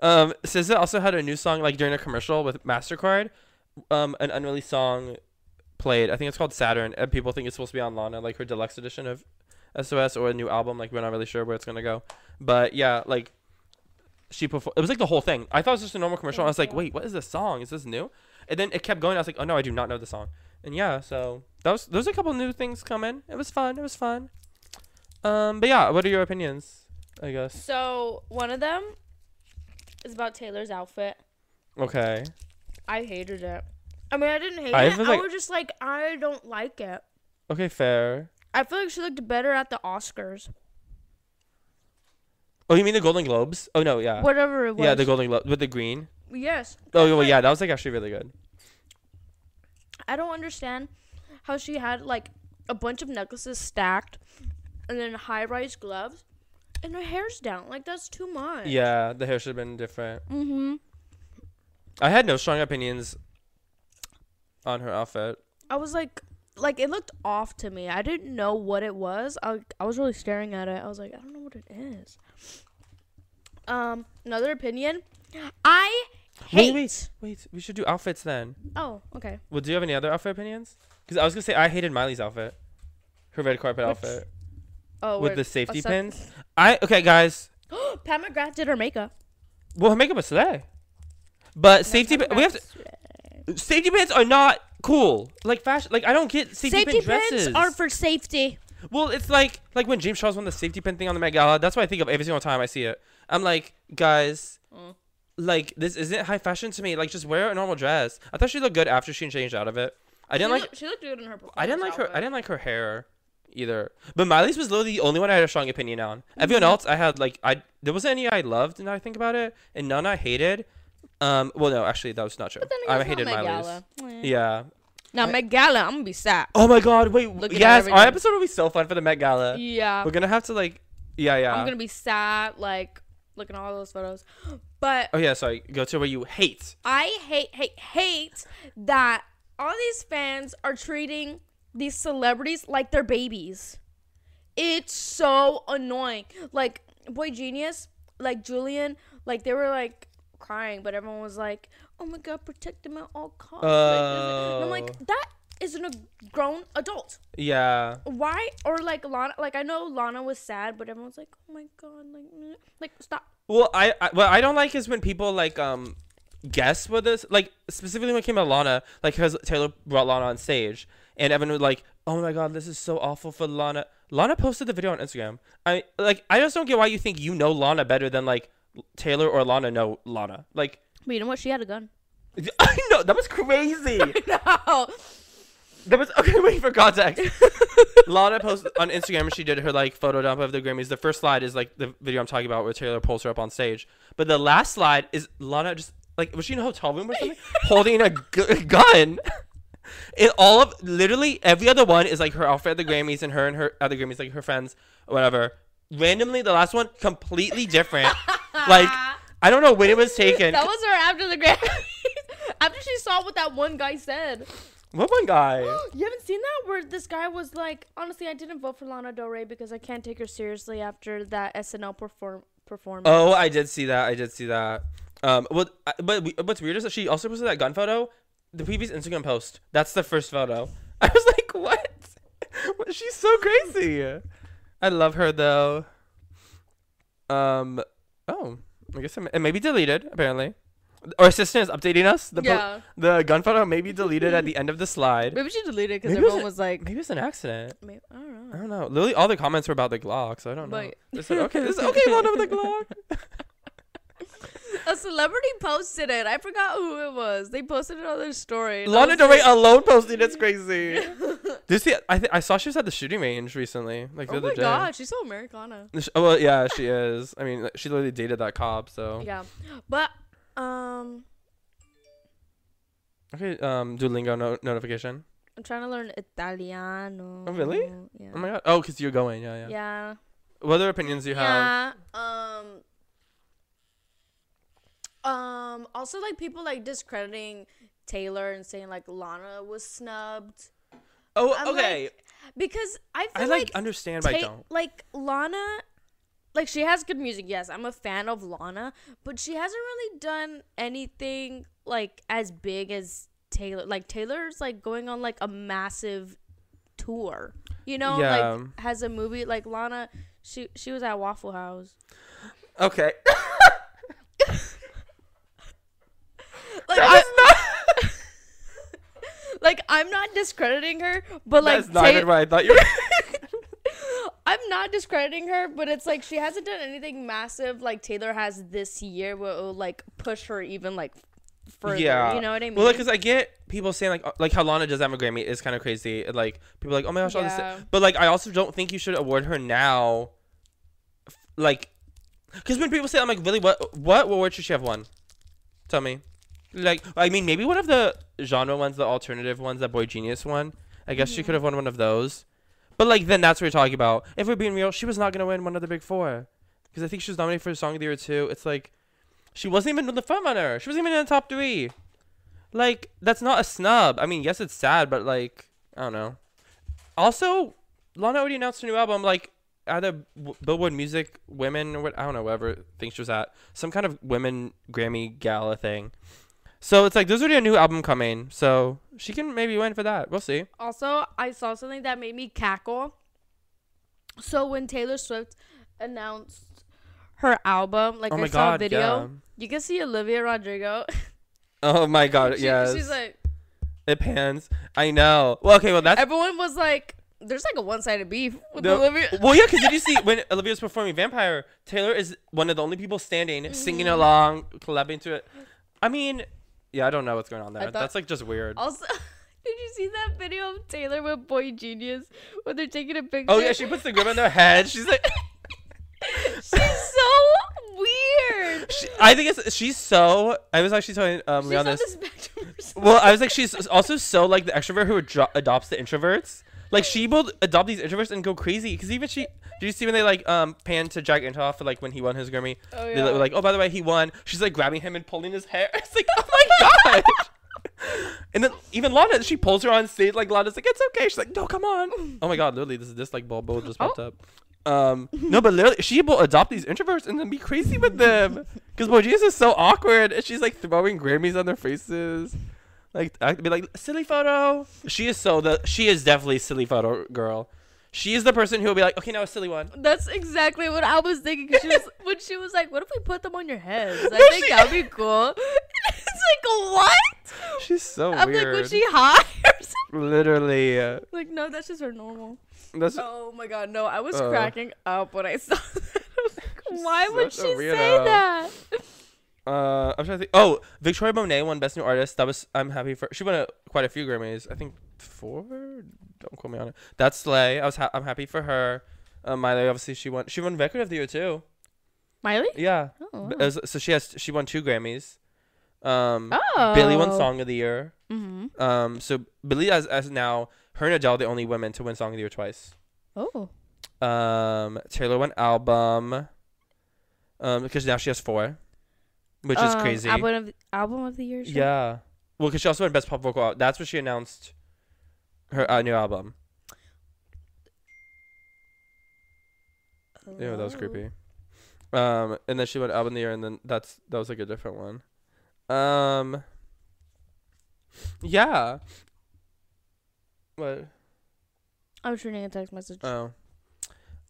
Speaker 5: um. SZA also had a new song like during a commercial with Mastercard. Um, an unreleased song played. I think it's called Saturn, and people think it's supposed to be on Lana, like her deluxe edition of SOS or a new album. Like we're not really sure where it's gonna go, but yeah, like she performed. It was like the whole thing. I thought it was just a normal commercial. and I was like, wait, what is this song? Is this new? And then it kept going. I was like, oh no, I do not know the song. And yeah, so that was there's a couple new things coming. It was fun. It was fun. Um, but yeah, what are your opinions? I guess.
Speaker 4: So one of them is about Taylor's outfit.
Speaker 5: Okay.
Speaker 4: I hated it. I mean, I didn't hate
Speaker 5: I
Speaker 4: it.
Speaker 5: was
Speaker 4: I
Speaker 5: like-
Speaker 4: was just like, I don't like it.
Speaker 5: Okay, fair.
Speaker 4: I feel like she looked better at the Oscars,
Speaker 5: Oh, you mean the Golden Globes? Oh no, yeah.
Speaker 4: whatever it was.
Speaker 5: Yeah, the Golden Globe with the green.
Speaker 4: yes.
Speaker 5: Oh, well, yeah, that was like actually really good.
Speaker 4: I don't understand how she had like a bunch of necklaces stacked, and then high-rise gloves, and her hair's down. Like that's too much.
Speaker 5: Yeah, the hair should have been different.
Speaker 4: Mm-hmm.
Speaker 5: I had no strong opinions on her outfit.
Speaker 4: I was like, like it looked off to me. I didn't know what it was. I I was really staring at it. I was like, I don't know what it is. Um, another opinion. I hate.
Speaker 5: Wait, wait, wait. We should do outfits then.
Speaker 4: Oh, okay.
Speaker 5: Well, do you have any other outfit opinions? Because I was gonna say I hated Miley's outfit, her red carpet
Speaker 4: Which-
Speaker 5: outfit
Speaker 4: Oh,
Speaker 5: with
Speaker 4: we're-
Speaker 5: the safety
Speaker 4: a sec-
Speaker 5: pins. I okay, guys.
Speaker 4: Pat McGrath did her makeup.
Speaker 5: Well, her makeup was today, but safety.
Speaker 4: Pat
Speaker 5: pin we have to.
Speaker 4: McGrath's-
Speaker 5: Safety pins are not cool. Like fashion, like I don't get safety,
Speaker 4: Safety
Speaker 5: pin dresses.
Speaker 4: pins are for safety.
Speaker 5: well, it's like like when James
Speaker 4: Mm.
Speaker 5: Charles won the safety pin thing on the Met Gala. That's what I think of every single time I see it. I'm like, guys, like this isn't high fashion to me. Like just wear a normal dress. I thought she looked good after she changed out of it. I didn't
Speaker 4: she,
Speaker 5: like
Speaker 4: looked, she looked good in her performance.
Speaker 5: I didn't like her. I
Speaker 4: outfit.
Speaker 5: didn't like her hair either. But Miley's was literally the only one I had a strong opinion on. Everyone
Speaker 4: Mm-hmm.
Speaker 5: else, I had like I there wasn't any I loved. Now I think about it, and none I hated. Um. Well, no, actually, that was not true.
Speaker 4: Then
Speaker 5: I
Speaker 4: again,
Speaker 5: hated
Speaker 4: it's not Met
Speaker 5: Miley's.
Speaker 4: Gala. Eh.
Speaker 5: Yeah.
Speaker 4: Now Met Gala, I'm gonna be sad.
Speaker 5: Oh my God! Wait.
Speaker 4: Looking at
Speaker 5: yes, our
Speaker 4: everything.
Speaker 5: episode will be so fun for the Met Gala.
Speaker 4: Yeah,
Speaker 5: We're gonna have to like. Yeah, yeah.
Speaker 4: I'm gonna be sad. Like looking at all those photos, but
Speaker 5: Oh yeah. Sorry. Go to where you hate.
Speaker 4: I hate hate hate that all these fans are treating these celebrities like they're babies. It's so annoying. Like Boy Genius, like Julian, like they were like crying, but everyone was like, "Oh my God, protect them at all costs." Like, and I'm
Speaker 5: Oh.
Speaker 4: like, that isn't a grown adult.
Speaker 5: Yeah.
Speaker 4: Why? Or like Lana, like I know Lana was sad, but everyone's like, "Oh my God, like, mm, like stop."
Speaker 5: Well, I, I what I don't like is when people like um guess what this like specifically when it came to Lana, like because Taylor brought Lana on stage and everyone was like, "Oh my God, this is so awful for Lana." Lana posted the video on Instagram. I like I just don't get why you think you know Lana better than like Taylor or Lana know Lana. Like
Speaker 4: But you know what? She had a gun.
Speaker 5: I know that was crazy.
Speaker 4: no.
Speaker 5: That was okay. Wait for context. Lana posted on Instagram. She did her like photo dump of the Grammys. The first slide is like the video I'm talking about, where Taylor pulls her up on stage. But the last slide is Lana just like was she in a hotel room or something, holding a gu- gun. It all of literally every other one is like her outfit at the Grammys and her and her other Grammys, like her friends, or whatever. Randomly, the last one completely different. like I don't know when it was taken.
Speaker 4: That was her after the Grammys. after she saw what that one guy said.
Speaker 5: what one guy?
Speaker 4: You haven't seen that? Where this guy was like, honestly, I didn't vote for Lana Del Rey because I can't take her seriously after that SNL perform performance.
Speaker 5: Oh, I did see that. I did see that. Um, what? I- But we- what's weird is that she also posted that gun photo, the previous Instagram post. That's the first photo. I was like, what? What- She's so crazy. I love her though. Um. Oh, I guess I'm, it may be deleted apparently. Our assistant is updating us. The po-
Speaker 4: Yeah.
Speaker 5: the gun photo may be deleted at the end of the slide.
Speaker 4: Maybe she deleted it because
Speaker 5: Maybe it was
Speaker 4: everyone
Speaker 5: a-
Speaker 4: was like,
Speaker 5: Maybe it's an accident.
Speaker 4: maybe, I don't
Speaker 5: I
Speaker 4: know.
Speaker 5: don't know. Literally, all the comments were about the Glock, so I don't know.
Speaker 4: But-
Speaker 5: They said, okay, this is okay, Lana with the Glock.
Speaker 4: A celebrity posted it. I forgot who it was. They posted it on their story. and I
Speaker 5: Lana
Speaker 4: was
Speaker 5: Del Rey
Speaker 4: like-
Speaker 5: alone posting it's crazy. Did you see? I th- I saw she was at the shooting range recently, like the
Speaker 4: Oh
Speaker 5: other
Speaker 4: my
Speaker 5: day.
Speaker 4: god, she's so Americana.
Speaker 5: Sh- Oh, well, yeah, she is. I mean, like, she literally dated that cop. So
Speaker 4: Yeah, but um,
Speaker 5: okay, um, Duolingo no- notification.
Speaker 4: I'm trying to learn Italiano.
Speaker 5: Oh, really?
Speaker 4: Yeah.
Speaker 5: Oh my god. Oh, cause you're going. Yeah, yeah.
Speaker 4: yeah.
Speaker 5: What other opinions do you
Speaker 4: Yeah.
Speaker 5: have?
Speaker 4: Um. Um. Also, like people like discrediting Taylor and saying like Lana was snubbed
Speaker 5: Oh,
Speaker 4: I'm
Speaker 5: okay.
Speaker 4: because I feel
Speaker 5: I like,
Speaker 4: like,
Speaker 5: understand, but I
Speaker 4: Ta-
Speaker 5: don't.
Speaker 4: like Lana. Like she has good music, yes. I'm a fan of Lana, but she hasn't really done anything like as big as Taylor. Like Taylor's like going on like a massive tour, you know.
Speaker 5: Yeah.
Speaker 4: Like has a movie like Lana. She she was at Waffle House.
Speaker 5: Okay.
Speaker 4: like, I, like I'm not discrediting her, but like
Speaker 5: That's not
Speaker 4: Ta-
Speaker 5: even what I thought you. were.
Speaker 4: I'm not discrediting her, but it's like she hasn't done anything massive like Taylor has this year, where it will like push her even like further.
Speaker 5: yeah.
Speaker 4: you know what I mean.
Speaker 5: Well, like, cause I get people saying like, uh, like how Lana does have a Grammy is kind of crazy. And, like, people are like, oh my gosh, all
Speaker 4: Yeah.
Speaker 5: this. But like, I also don't think you should award her now. F- Like, cause when people say, that, I'm like, really, what, what award should she have won? Tell me. Like, I mean, maybe one of the genre ones, the alternative ones, that Boy Genius won. I guess she could have won one of those. But like, then that's what you're talking about. If we're being real, she was not gonna win one of the big four, because I think she was nominated for Song of the Year too. It's like, she wasn't even in the frontrunner. She wasn't even in the top three. Like, that's not a snub. I mean, yes, it's sad, but like, I don't know. Also, Lana already announced her new album. Like, at a w- Billboard Music Women or what I don't know, whatever thing she was at, some kind of women Grammy gala thing. So it's like there's already a new album coming, so she can maybe win for that. We'll see.
Speaker 4: also, I saw something that made me cackle. So when Taylor Swift announced her album, like
Speaker 5: Oh
Speaker 4: I
Speaker 5: my
Speaker 4: saw a
Speaker 5: God,
Speaker 4: video,
Speaker 5: yeah.
Speaker 4: you can see Olivia Rodrigo.
Speaker 5: Oh my god,
Speaker 4: She-
Speaker 5: yes.
Speaker 4: she's like.
Speaker 5: it pans. I know. Well, okay, well that's
Speaker 4: everyone was like there's like a one sided beef with
Speaker 5: No-
Speaker 4: Olivia.
Speaker 5: Well, yeah, because did you see when Olivia's performing Vampire, Taylor is one of the only people standing,
Speaker 4: Mm-hmm.
Speaker 5: singing along, collabing to it. I mean, yeah, I don't know what's going on there.
Speaker 4: thought-
Speaker 5: That's like just weird.
Speaker 4: Also, did you see that video of Taylor with Boy Genius when they're taking a picture?
Speaker 5: oh yeah, she puts the grip on their head. She's like,
Speaker 4: She's so weird.
Speaker 5: she, I think it's she's so. I was actually telling um,
Speaker 4: She's
Speaker 5: Leon
Speaker 4: on the
Speaker 5: this.
Speaker 4: spectrum. or something.
Speaker 5: Well, I was like, she's also so like the extrovert who adro- adopts the introverts. Like she will adopt these introverts and go crazy. Because even she, did you see when they like um pan to Jack Antoff for like when he won his Grammy?
Speaker 4: Oh,
Speaker 5: They
Speaker 4: yeah.
Speaker 5: were like, oh by the way, he won. She's like grabbing him and pulling his hair. It's like, oh my god. and then even Lana, she pulls her on stage. Like Lana's like, it's okay. She's like, no, come on. oh my god, literally, this is this like Bulbo just popped
Speaker 4: Oh.
Speaker 5: up. Um, no, but literally, she will adopt these introverts and then be crazy with them. Because Bojesus is so awkward, and she's like throwing Grammys on their faces. Like I'd be like silly photo. She is so the she is definitely silly photo girl. She is the person who will be like, okay, now a silly one.
Speaker 4: That's exactly what I was thinking. 'cause She was, when she was like, "What if we put them on your heads? I
Speaker 5: No,
Speaker 4: think
Speaker 5: she-
Speaker 4: that'd be cool." it's like what?
Speaker 5: She's so
Speaker 4: I'm
Speaker 5: weird.
Speaker 4: like, was she high or something?
Speaker 5: Literally, uh,
Speaker 4: Like, no, that's just her normal.
Speaker 5: that's
Speaker 4: Oh my god, no! I was
Speaker 5: Uh.
Speaker 4: cracking up when I saw that. I was like, Why would
Speaker 5: such a
Speaker 4: she say
Speaker 5: weirdo.
Speaker 4: that?
Speaker 5: uh. I'm trying to think. Oh, Victoria Monet won Best New Artist. That was I'm happy for. She won a, quite a few Grammys. I think four. Don't quote me on it. That's Slay. I was ha- I'm happy for her. Uh, Miley obviously she won. She won Record of the Year too.
Speaker 4: Miley?
Speaker 5: Yeah.
Speaker 4: Oh,
Speaker 5: B-
Speaker 4: wow.
Speaker 5: as- So she has she won two Grammys. Um,
Speaker 4: Oh.
Speaker 5: Billy won Song of the Year.
Speaker 4: hmm
Speaker 5: Um, so Billy as as now her and Adele the only women to win Song of the Year twice.
Speaker 4: Oh.
Speaker 5: Um, Taylor won album. Um, because now she has four, which is
Speaker 4: Um,
Speaker 5: crazy.
Speaker 4: Album of album of the year. sure.
Speaker 5: yeah. Well, because she also won best pop vocal. Al- That's when she announced her uh, new album. Yeah, that was
Speaker 4: Hello.
Speaker 5: creepy.
Speaker 4: Oh.
Speaker 5: Um, and then she went album of the year, and then that's that was like a different one. Um. Yeah. What?
Speaker 4: I was reading a text message.
Speaker 5: Oh.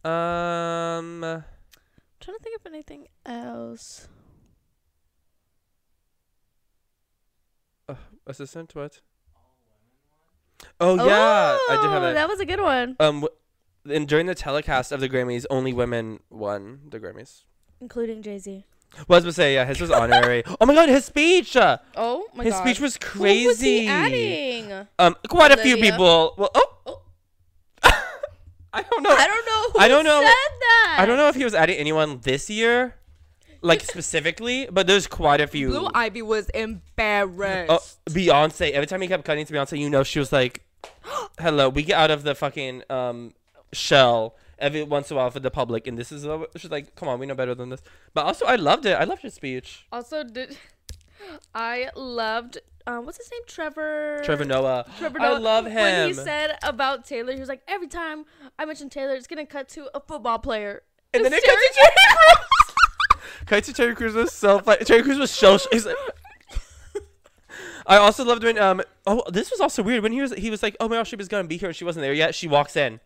Speaker 5: Um.
Speaker 4: trying to think of anything else.
Speaker 5: Assistant. What? Oh yeah, I did have
Speaker 4: Oh,
Speaker 5: it.
Speaker 4: That was a good one,
Speaker 5: Um, w- and during the telecast of the Grammys, only women won the Grammys.
Speaker 4: including Jay Z.
Speaker 5: Well, I was gonna say, yeah, his was honorary. oh my god, his speech! Uh,
Speaker 4: Oh my
Speaker 5: his
Speaker 4: god.
Speaker 5: speech was
Speaker 4: Who was
Speaker 5: crazy.
Speaker 4: he adding?
Speaker 5: Um, quite a few
Speaker 4: Olivia.
Speaker 5: people. Well, oh,
Speaker 4: Oh.
Speaker 5: I don't know.
Speaker 4: I don't know. Who
Speaker 5: I don't know-
Speaker 4: Said that.
Speaker 5: I don't know if he was adding anyone this year, like specifically, but there's quite a few.
Speaker 4: Blue Ivy was embarrassed.
Speaker 5: Oh, Beyonce. Every time he kept cutting to Beyonce, you know she was like, "Hello, we get out of the fucking um shell every once in a while for the public, and this is a, she's like, come on, we know better than this." But also, I loved it. I loved his speech.
Speaker 4: Also, did I loved um, what's his name? Trevor.
Speaker 5: Trevor Noah.
Speaker 4: Trevor
Speaker 5: I
Speaker 4: Noah,
Speaker 5: love
Speaker 4: When
Speaker 5: him.
Speaker 4: he said about Taylor, he was like, every time I mention Taylor, it's gonna cut to a football player.
Speaker 5: and then it
Speaker 4: Terry
Speaker 5: cuts to Terry Crews. Cuts to Terry Crews was so funny. Terry Crews was so. He's like, I also loved when um oh this was also weird when he was he was like oh Meryl Streep is gonna be here and she wasn't there yet she walks in,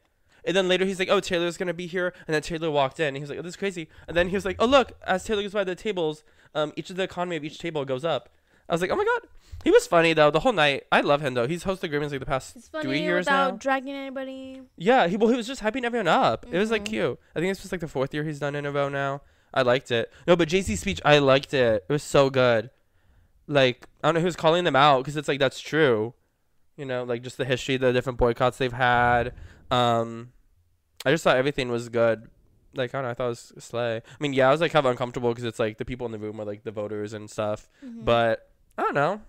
Speaker 5: and then later he's like oh Taylor's gonna be here and then Taylor walked in and he was like oh this is crazy and then he was like oh look as Taylor goes by the tables um each of the economy of each table goes up I was like oh my god he was funny though the whole night I love him though he's hosted Grammys like the past
Speaker 4: It's funny
Speaker 5: three years
Speaker 4: without
Speaker 5: now
Speaker 4: dragging anybody.
Speaker 5: yeah, he well he was just hyping everyone up. It was like cute. I think this was like the fourth year he's done in a row now. I liked it. No, but JC's speech, I liked it. It was so good. Like I don't know who's calling them out because it's like that's true. You know, like just the history, the different boycotts they've had. Um, I just thought everything was good. Like I don't know, I thought it was slay. I mean, yeah, I was like kind of uncomfortable because it's like the people in the room were like the voters and stuff. But I don't know.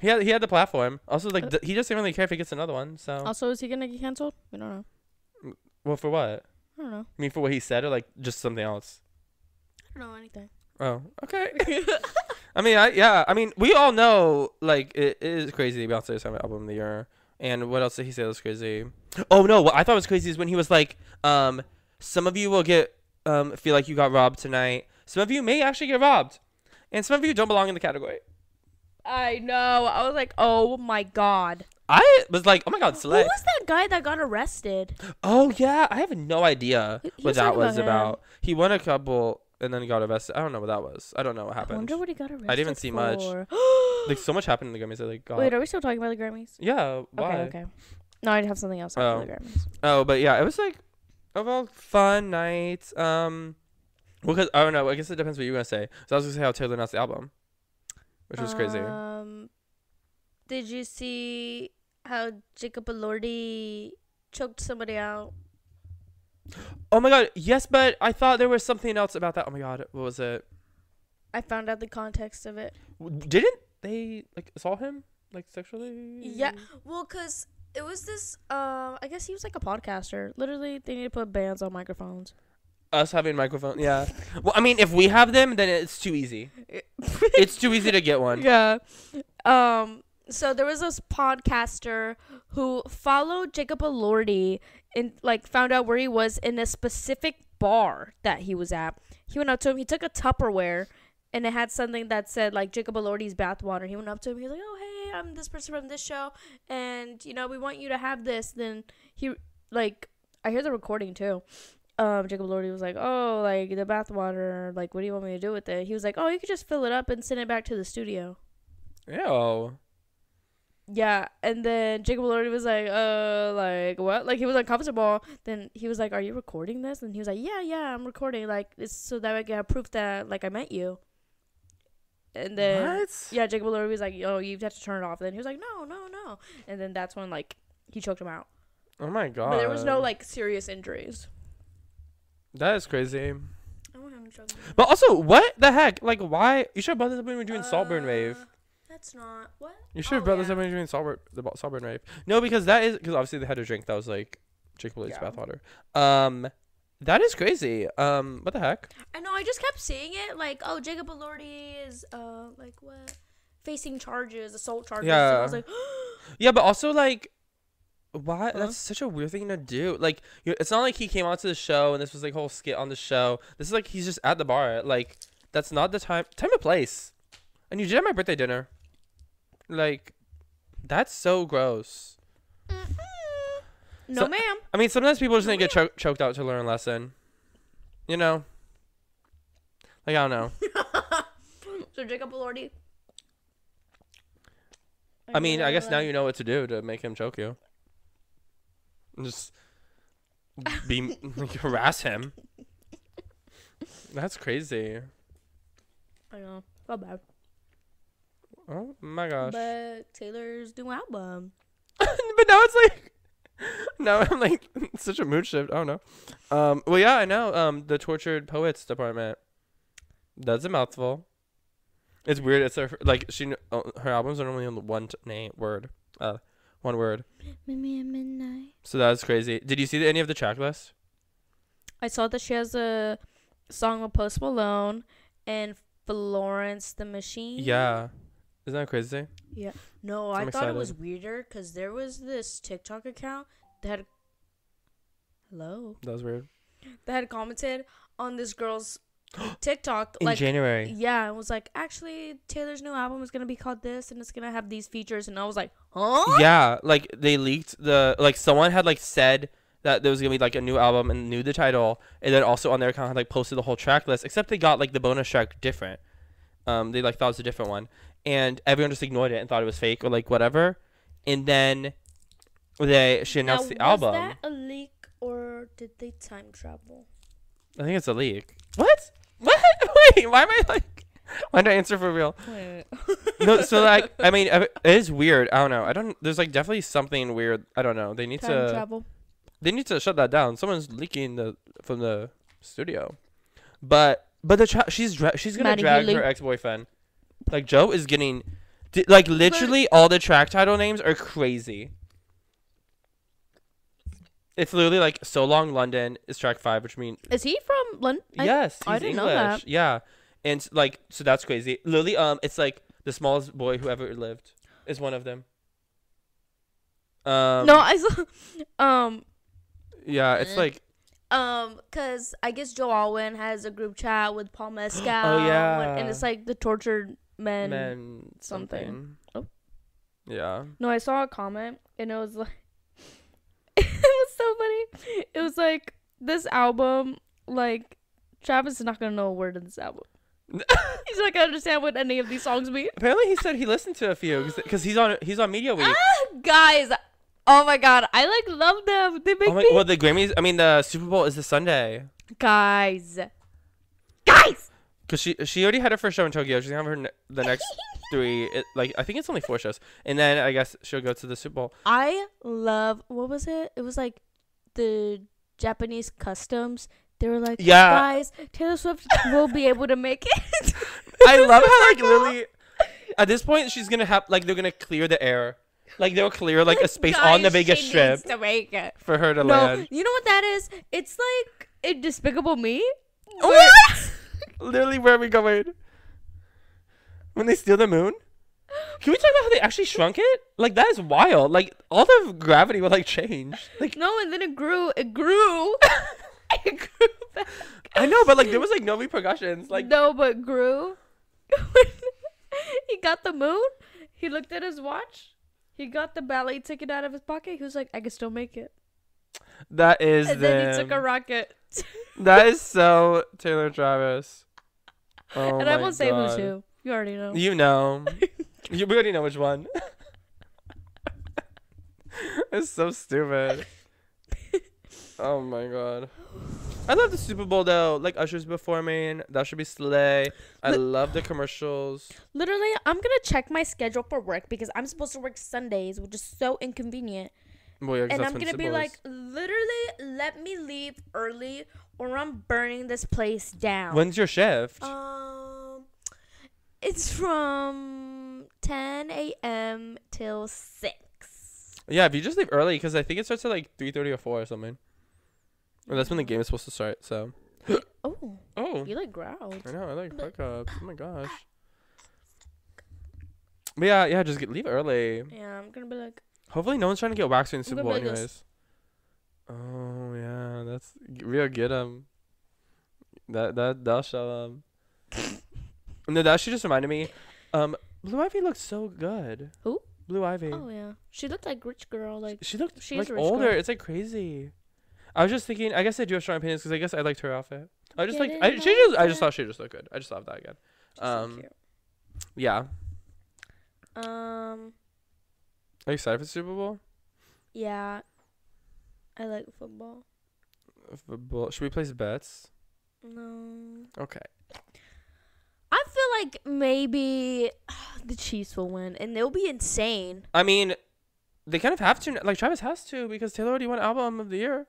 Speaker 5: He had he had the platform. Also, like th- he doesn't really care if he gets another one. So
Speaker 4: Also, is he gonna get canceled? We don't know.
Speaker 5: well, for what?
Speaker 4: I don't know.
Speaker 5: You mean for what he said or like just something else?
Speaker 4: I don't know anything.
Speaker 5: Oh, okay. I mean, I yeah. I mean, we all know like it, it is crazy. Beyonce is having album of the year, and what else did he say that was crazy? Oh no, what I thought was crazy is when he was like, um, some of you will get um feel like you got robbed tonight. Some of you may actually get robbed, and some of you don't belong in the category.
Speaker 4: I know. I was like, oh my god.
Speaker 5: I was like, oh my god,
Speaker 4: Who
Speaker 5: Slay.
Speaker 4: was that guy that got arrested?
Speaker 5: Oh yeah, I have no idea
Speaker 4: He- he
Speaker 5: what
Speaker 4: was
Speaker 5: that
Speaker 4: talking about
Speaker 5: was
Speaker 4: him.
Speaker 5: about. He won a couple and then got arrested. I don't know what that was. I don't know what
Speaker 4: I
Speaker 5: happened.
Speaker 4: wonder what he got arrested.
Speaker 5: I didn't see much.
Speaker 4: for.
Speaker 5: like so much happened in the Grammys. that, Like, got
Speaker 4: Wait, are we still talking about the Grammys?
Speaker 5: yeah, why?
Speaker 4: Okay, okay. No, I'd have something else
Speaker 5: Oh.
Speaker 4: after the Grammys.
Speaker 5: Oh, but yeah, it was like overall fun nights. Um, well, cause I don't know. I guess it depends what you're gonna say. So I was gonna say how Taylor announced the album, which was crazy.
Speaker 4: Um, did you see how Jacob Elordi choked somebody out?
Speaker 5: Oh my god, yes, but I thought there was something else about that. Oh my god, what was it?
Speaker 4: I found out the context of it.
Speaker 5: W- Didn't they like assault him like sexually?
Speaker 4: Yeah, well, cause it was this. Um, I guess he was like a podcaster. Literally, they need to put bands on microphones.
Speaker 5: Us having microphone. Yeah. Well, I mean, if we have them, then it's too easy. It's too easy to get one.
Speaker 4: yeah. Um. So there was this podcaster who followed Jacob Elordi and like found out where he was in a specific bar that he was at. He went up to him. He took a Tupperware, and it had something that said like Jacob Elordi's bathwater. He went up to him. He was like, "Oh hey, I'm this person from this show, and you know we want you to have this." Then he like I hear the recording too. Um, Jacob Elordi was like, "Oh, like the bathwater. Like, what do you want me to do with it?" He was like, "Oh, you could just fill it up and send it back to the studio."
Speaker 5: Ew.
Speaker 4: Yeah, and then Jacob Elordi was like, uh, like what? Like he was uncomfortable. Then he was like, "Are you recording this?" And he was like, "Yeah, yeah, I'm recording. Like it's so that I can have proof that like I met you." And then
Speaker 5: What?
Speaker 4: yeah, Jacob Elordi was like, "Yo, you have to turn it off." Then he was like, "No, no, no." And then that's when like he choked him out.
Speaker 5: Oh my god.
Speaker 4: But there was no like serious injuries.
Speaker 5: That is crazy.
Speaker 4: I want him to choke me.
Speaker 5: But also, what the heck? Like, why? You should have brought this up when we were doing Saltburn Wave.
Speaker 4: Uh, That's not what.
Speaker 5: Uh, You should have brought this up when you were doing Saltburn, the ba- Saltburn Wave. No, because that is because obviously they had a drink that was like Jacob Blade's
Speaker 4: Yeah.
Speaker 5: bathwater. Um, that is crazy. Um, what the heck?
Speaker 4: I know. I just kept seeing it, like, oh, Jacob Elordi is, uh, like what, facing charges, assault charges. And I was
Speaker 5: Yeah.
Speaker 4: like,
Speaker 5: Yeah, but also like, why?
Speaker 4: Huh?
Speaker 5: That's such a weird thing to do. Like, you it's not like he came onto the show and this was like whole skit on the show. This is like he's just at the bar. Like, that's not the time, time and place. And you did at my birthday dinner. Like, that's so gross.
Speaker 4: no,
Speaker 5: So-
Speaker 4: ma'am.
Speaker 5: I mean, sometimes people just need to get cho- choked out to learn a lesson. You know? Like, I don't know.
Speaker 4: So Jacob Elordi.
Speaker 5: I mean, I guess now you know what to do to make him choke you. Just be like, harass him. That's crazy.
Speaker 4: I know. Felt bad.
Speaker 5: Oh my gosh. But,
Speaker 4: But Taylor's new album.
Speaker 5: now it's like now I'm like it's such a mood shift. I don't know. Um well yeah, I know. Um the tortured poets department. That's a mouthful. It's weird. It's her, like she kn- oh, her albums are normally on the one t- name word. Uh one word.
Speaker 4: Meet me at midnight.
Speaker 5: So that's crazy. Did you see any of the track list?
Speaker 4: I saw that she has a song with Post Malone and Florence the Machine.
Speaker 5: Yeah. Isn't that crazy?
Speaker 4: No, I
Speaker 5: I'm
Speaker 4: thought it was weirder because there was this TikTok account that had. Hello.
Speaker 5: That was weird.
Speaker 4: That had commented on this girl's TikTok. like,
Speaker 5: January.
Speaker 4: yeah, and was like, actually, Taylor's new album is going to be called this and it's going to have these features. And I was like, huh?
Speaker 5: Yeah, like they leaked the like someone had like said that there was gonna be like a new album and knew the title, and then also on their account had like posted the whole track list. Except they got like the bonus track different. Um, they like thought it was a different one, and everyone just ignored it and thought it was fake or like whatever. And then they she
Speaker 4: Now,
Speaker 5: announced the
Speaker 4: was
Speaker 5: album.
Speaker 4: that a leak or did they time travel?
Speaker 5: I think it's a leak. What? What? Wait, why am I like? Why did I answer for real? no, so like I mean uh, it is weird. I don't know. I don't. There's like definitely something weird. I don't know. They need
Speaker 4: time
Speaker 5: to.
Speaker 4: travel.
Speaker 5: they need to shut that down. Someone's leaking the from the studio, but but the tra- she's dra- she's gonna
Speaker 4: Maddie
Speaker 5: drag
Speaker 4: Healy.
Speaker 5: her ex boyfriend. Like Joe is getting, di- like literally all the track title names are crazy. It's literally like so long London is track five, which means
Speaker 4: Is he from London?
Speaker 5: yes, he's
Speaker 4: I didn't know
Speaker 5: English.
Speaker 4: that.
Speaker 5: Yeah, and s- like so that's crazy. Lily, um, it's like the smallest boy who ever lived is one of them. Um,
Speaker 4: no, I Mm. saw. Um,
Speaker 5: yeah, it's like
Speaker 4: Um, cause I guess Joe Alwyn has a group chat with Paul Mescal.
Speaker 5: Oh, yeah.
Speaker 4: and it's like the tortured men.
Speaker 5: men
Speaker 4: something.
Speaker 5: something.
Speaker 4: Oh.
Speaker 5: Yeah.
Speaker 4: No, I saw a comment and it was like, it was so funny. It was like this album, like Travis is not gonna know a word in this album. He's not gonna understand what any of these songs mean. Ah,
Speaker 5: Apparently, he said he listened to a few because he's on he's on Media Week.
Speaker 4: Guys, Oh my god, I like love them. They make
Speaker 5: Oh my,
Speaker 4: me
Speaker 5: well, the Grammys. I mean, the Super Bowl is this Sunday.
Speaker 4: guys. Guys.
Speaker 5: Cause she she already had her first show in Tokyo. She's gonna have her ne- the next three. It, like I think it's only four shows, and then I guess she'll go to the Super Bowl.
Speaker 4: I love what was it? It was like the Japanese customs. They were like,
Speaker 5: Yeah.
Speaker 4: guys, Taylor Swift will be able to make it.
Speaker 5: I love how like
Speaker 4: Lily.
Speaker 5: Lily, at this point she's gonna have like they're gonna clear the air, like they'll clear like a space on the
Speaker 4: Guys,
Speaker 5: Vegas
Speaker 4: she
Speaker 5: Strip
Speaker 4: needs to make it.
Speaker 5: for her to
Speaker 4: No,
Speaker 5: land.
Speaker 4: you know what that is? It's like in Despicable Me.
Speaker 5: What? Literally, where are we going? When they steal the moon? Can we talk about how they actually shrunk it? Like that is wild. Like all the gravity will like change. Like
Speaker 4: No, and then it grew. It grew. it grew back.
Speaker 5: I know, but like there was like no repercussions. Like
Speaker 4: no, but grew. he got the moon. He looked at his watch. He got the ballet ticket out of his pocket. He was like, I can still make it.
Speaker 5: that is
Speaker 4: And then he took a
Speaker 5: them.
Speaker 4: rocket.
Speaker 5: That is so Taylor Travis. Oh
Speaker 4: and I
Speaker 5: my
Speaker 4: won't say who's
Speaker 5: God.
Speaker 4: who. You already know.
Speaker 5: You know. you we already know which one. it's so stupid. oh my god. I love the Super Bowl though. Like Usher's performing. That should be slay. I
Speaker 4: But-
Speaker 5: love the commercials.
Speaker 4: Literally, I'm gonna check my schedule for work because I'm supposed to work Sundays, which is so inconvenient.
Speaker 5: Well, yeah, 'cause
Speaker 4: and
Speaker 5: that's
Speaker 4: I'm
Speaker 5: when
Speaker 4: gonna
Speaker 5: Super
Speaker 4: be
Speaker 5: Bowl is.
Speaker 4: like, literally, let me leave early or I'm burning this place down.
Speaker 5: When's your shift?
Speaker 4: Um, it's from 10 a.m. till 6.
Speaker 5: yeah, if you just leave early, because I think it starts at like three thirty or four or something. Or that's when the game is supposed to start. So.
Speaker 4: Oh,
Speaker 5: Oh.
Speaker 4: you like growled.
Speaker 5: I know. I like fuck ups. Oh my gosh. But yeah, yeah. Just get, leave early.
Speaker 4: Yeah, I'm gonna be like,
Speaker 5: Hopefully, no one's trying to get waxed in the Super
Speaker 4: Go
Speaker 5: Bowl,
Speaker 4: Bengals.
Speaker 5: anyways. Oh yeah, that's g- real. Get 'em. um, That that that shall um. no, that actually just reminded me. Um, Blue Ivy looked so good.
Speaker 4: Who?
Speaker 5: Blue Ivy.
Speaker 4: oh yeah. She looked like rich girl. Like,
Speaker 5: She looked
Speaker 4: She is
Speaker 5: like
Speaker 4: a rich girl.
Speaker 5: older. It's like crazy. I was just thinking. I guess I do have strong opinions because I guess I liked her outfit. I just like.
Speaker 4: Get
Speaker 5: I
Speaker 4: in
Speaker 5: she
Speaker 4: my
Speaker 5: just. I just
Speaker 4: car.
Speaker 5: thought she just looked good. I just thought that again.
Speaker 4: she's
Speaker 5: Um.
Speaker 4: so cute.
Speaker 5: Yeah.
Speaker 4: Um,
Speaker 5: Are you excited for the Super Bowl?
Speaker 4: yeah. I like football.
Speaker 5: Football. Should we place bets?
Speaker 4: No.
Speaker 5: Okay.
Speaker 4: I feel like maybe the Chiefs will win, and they'll be insane.
Speaker 5: I mean, they kind of have to. n- Like Travis has to because Taylor already won album of the year.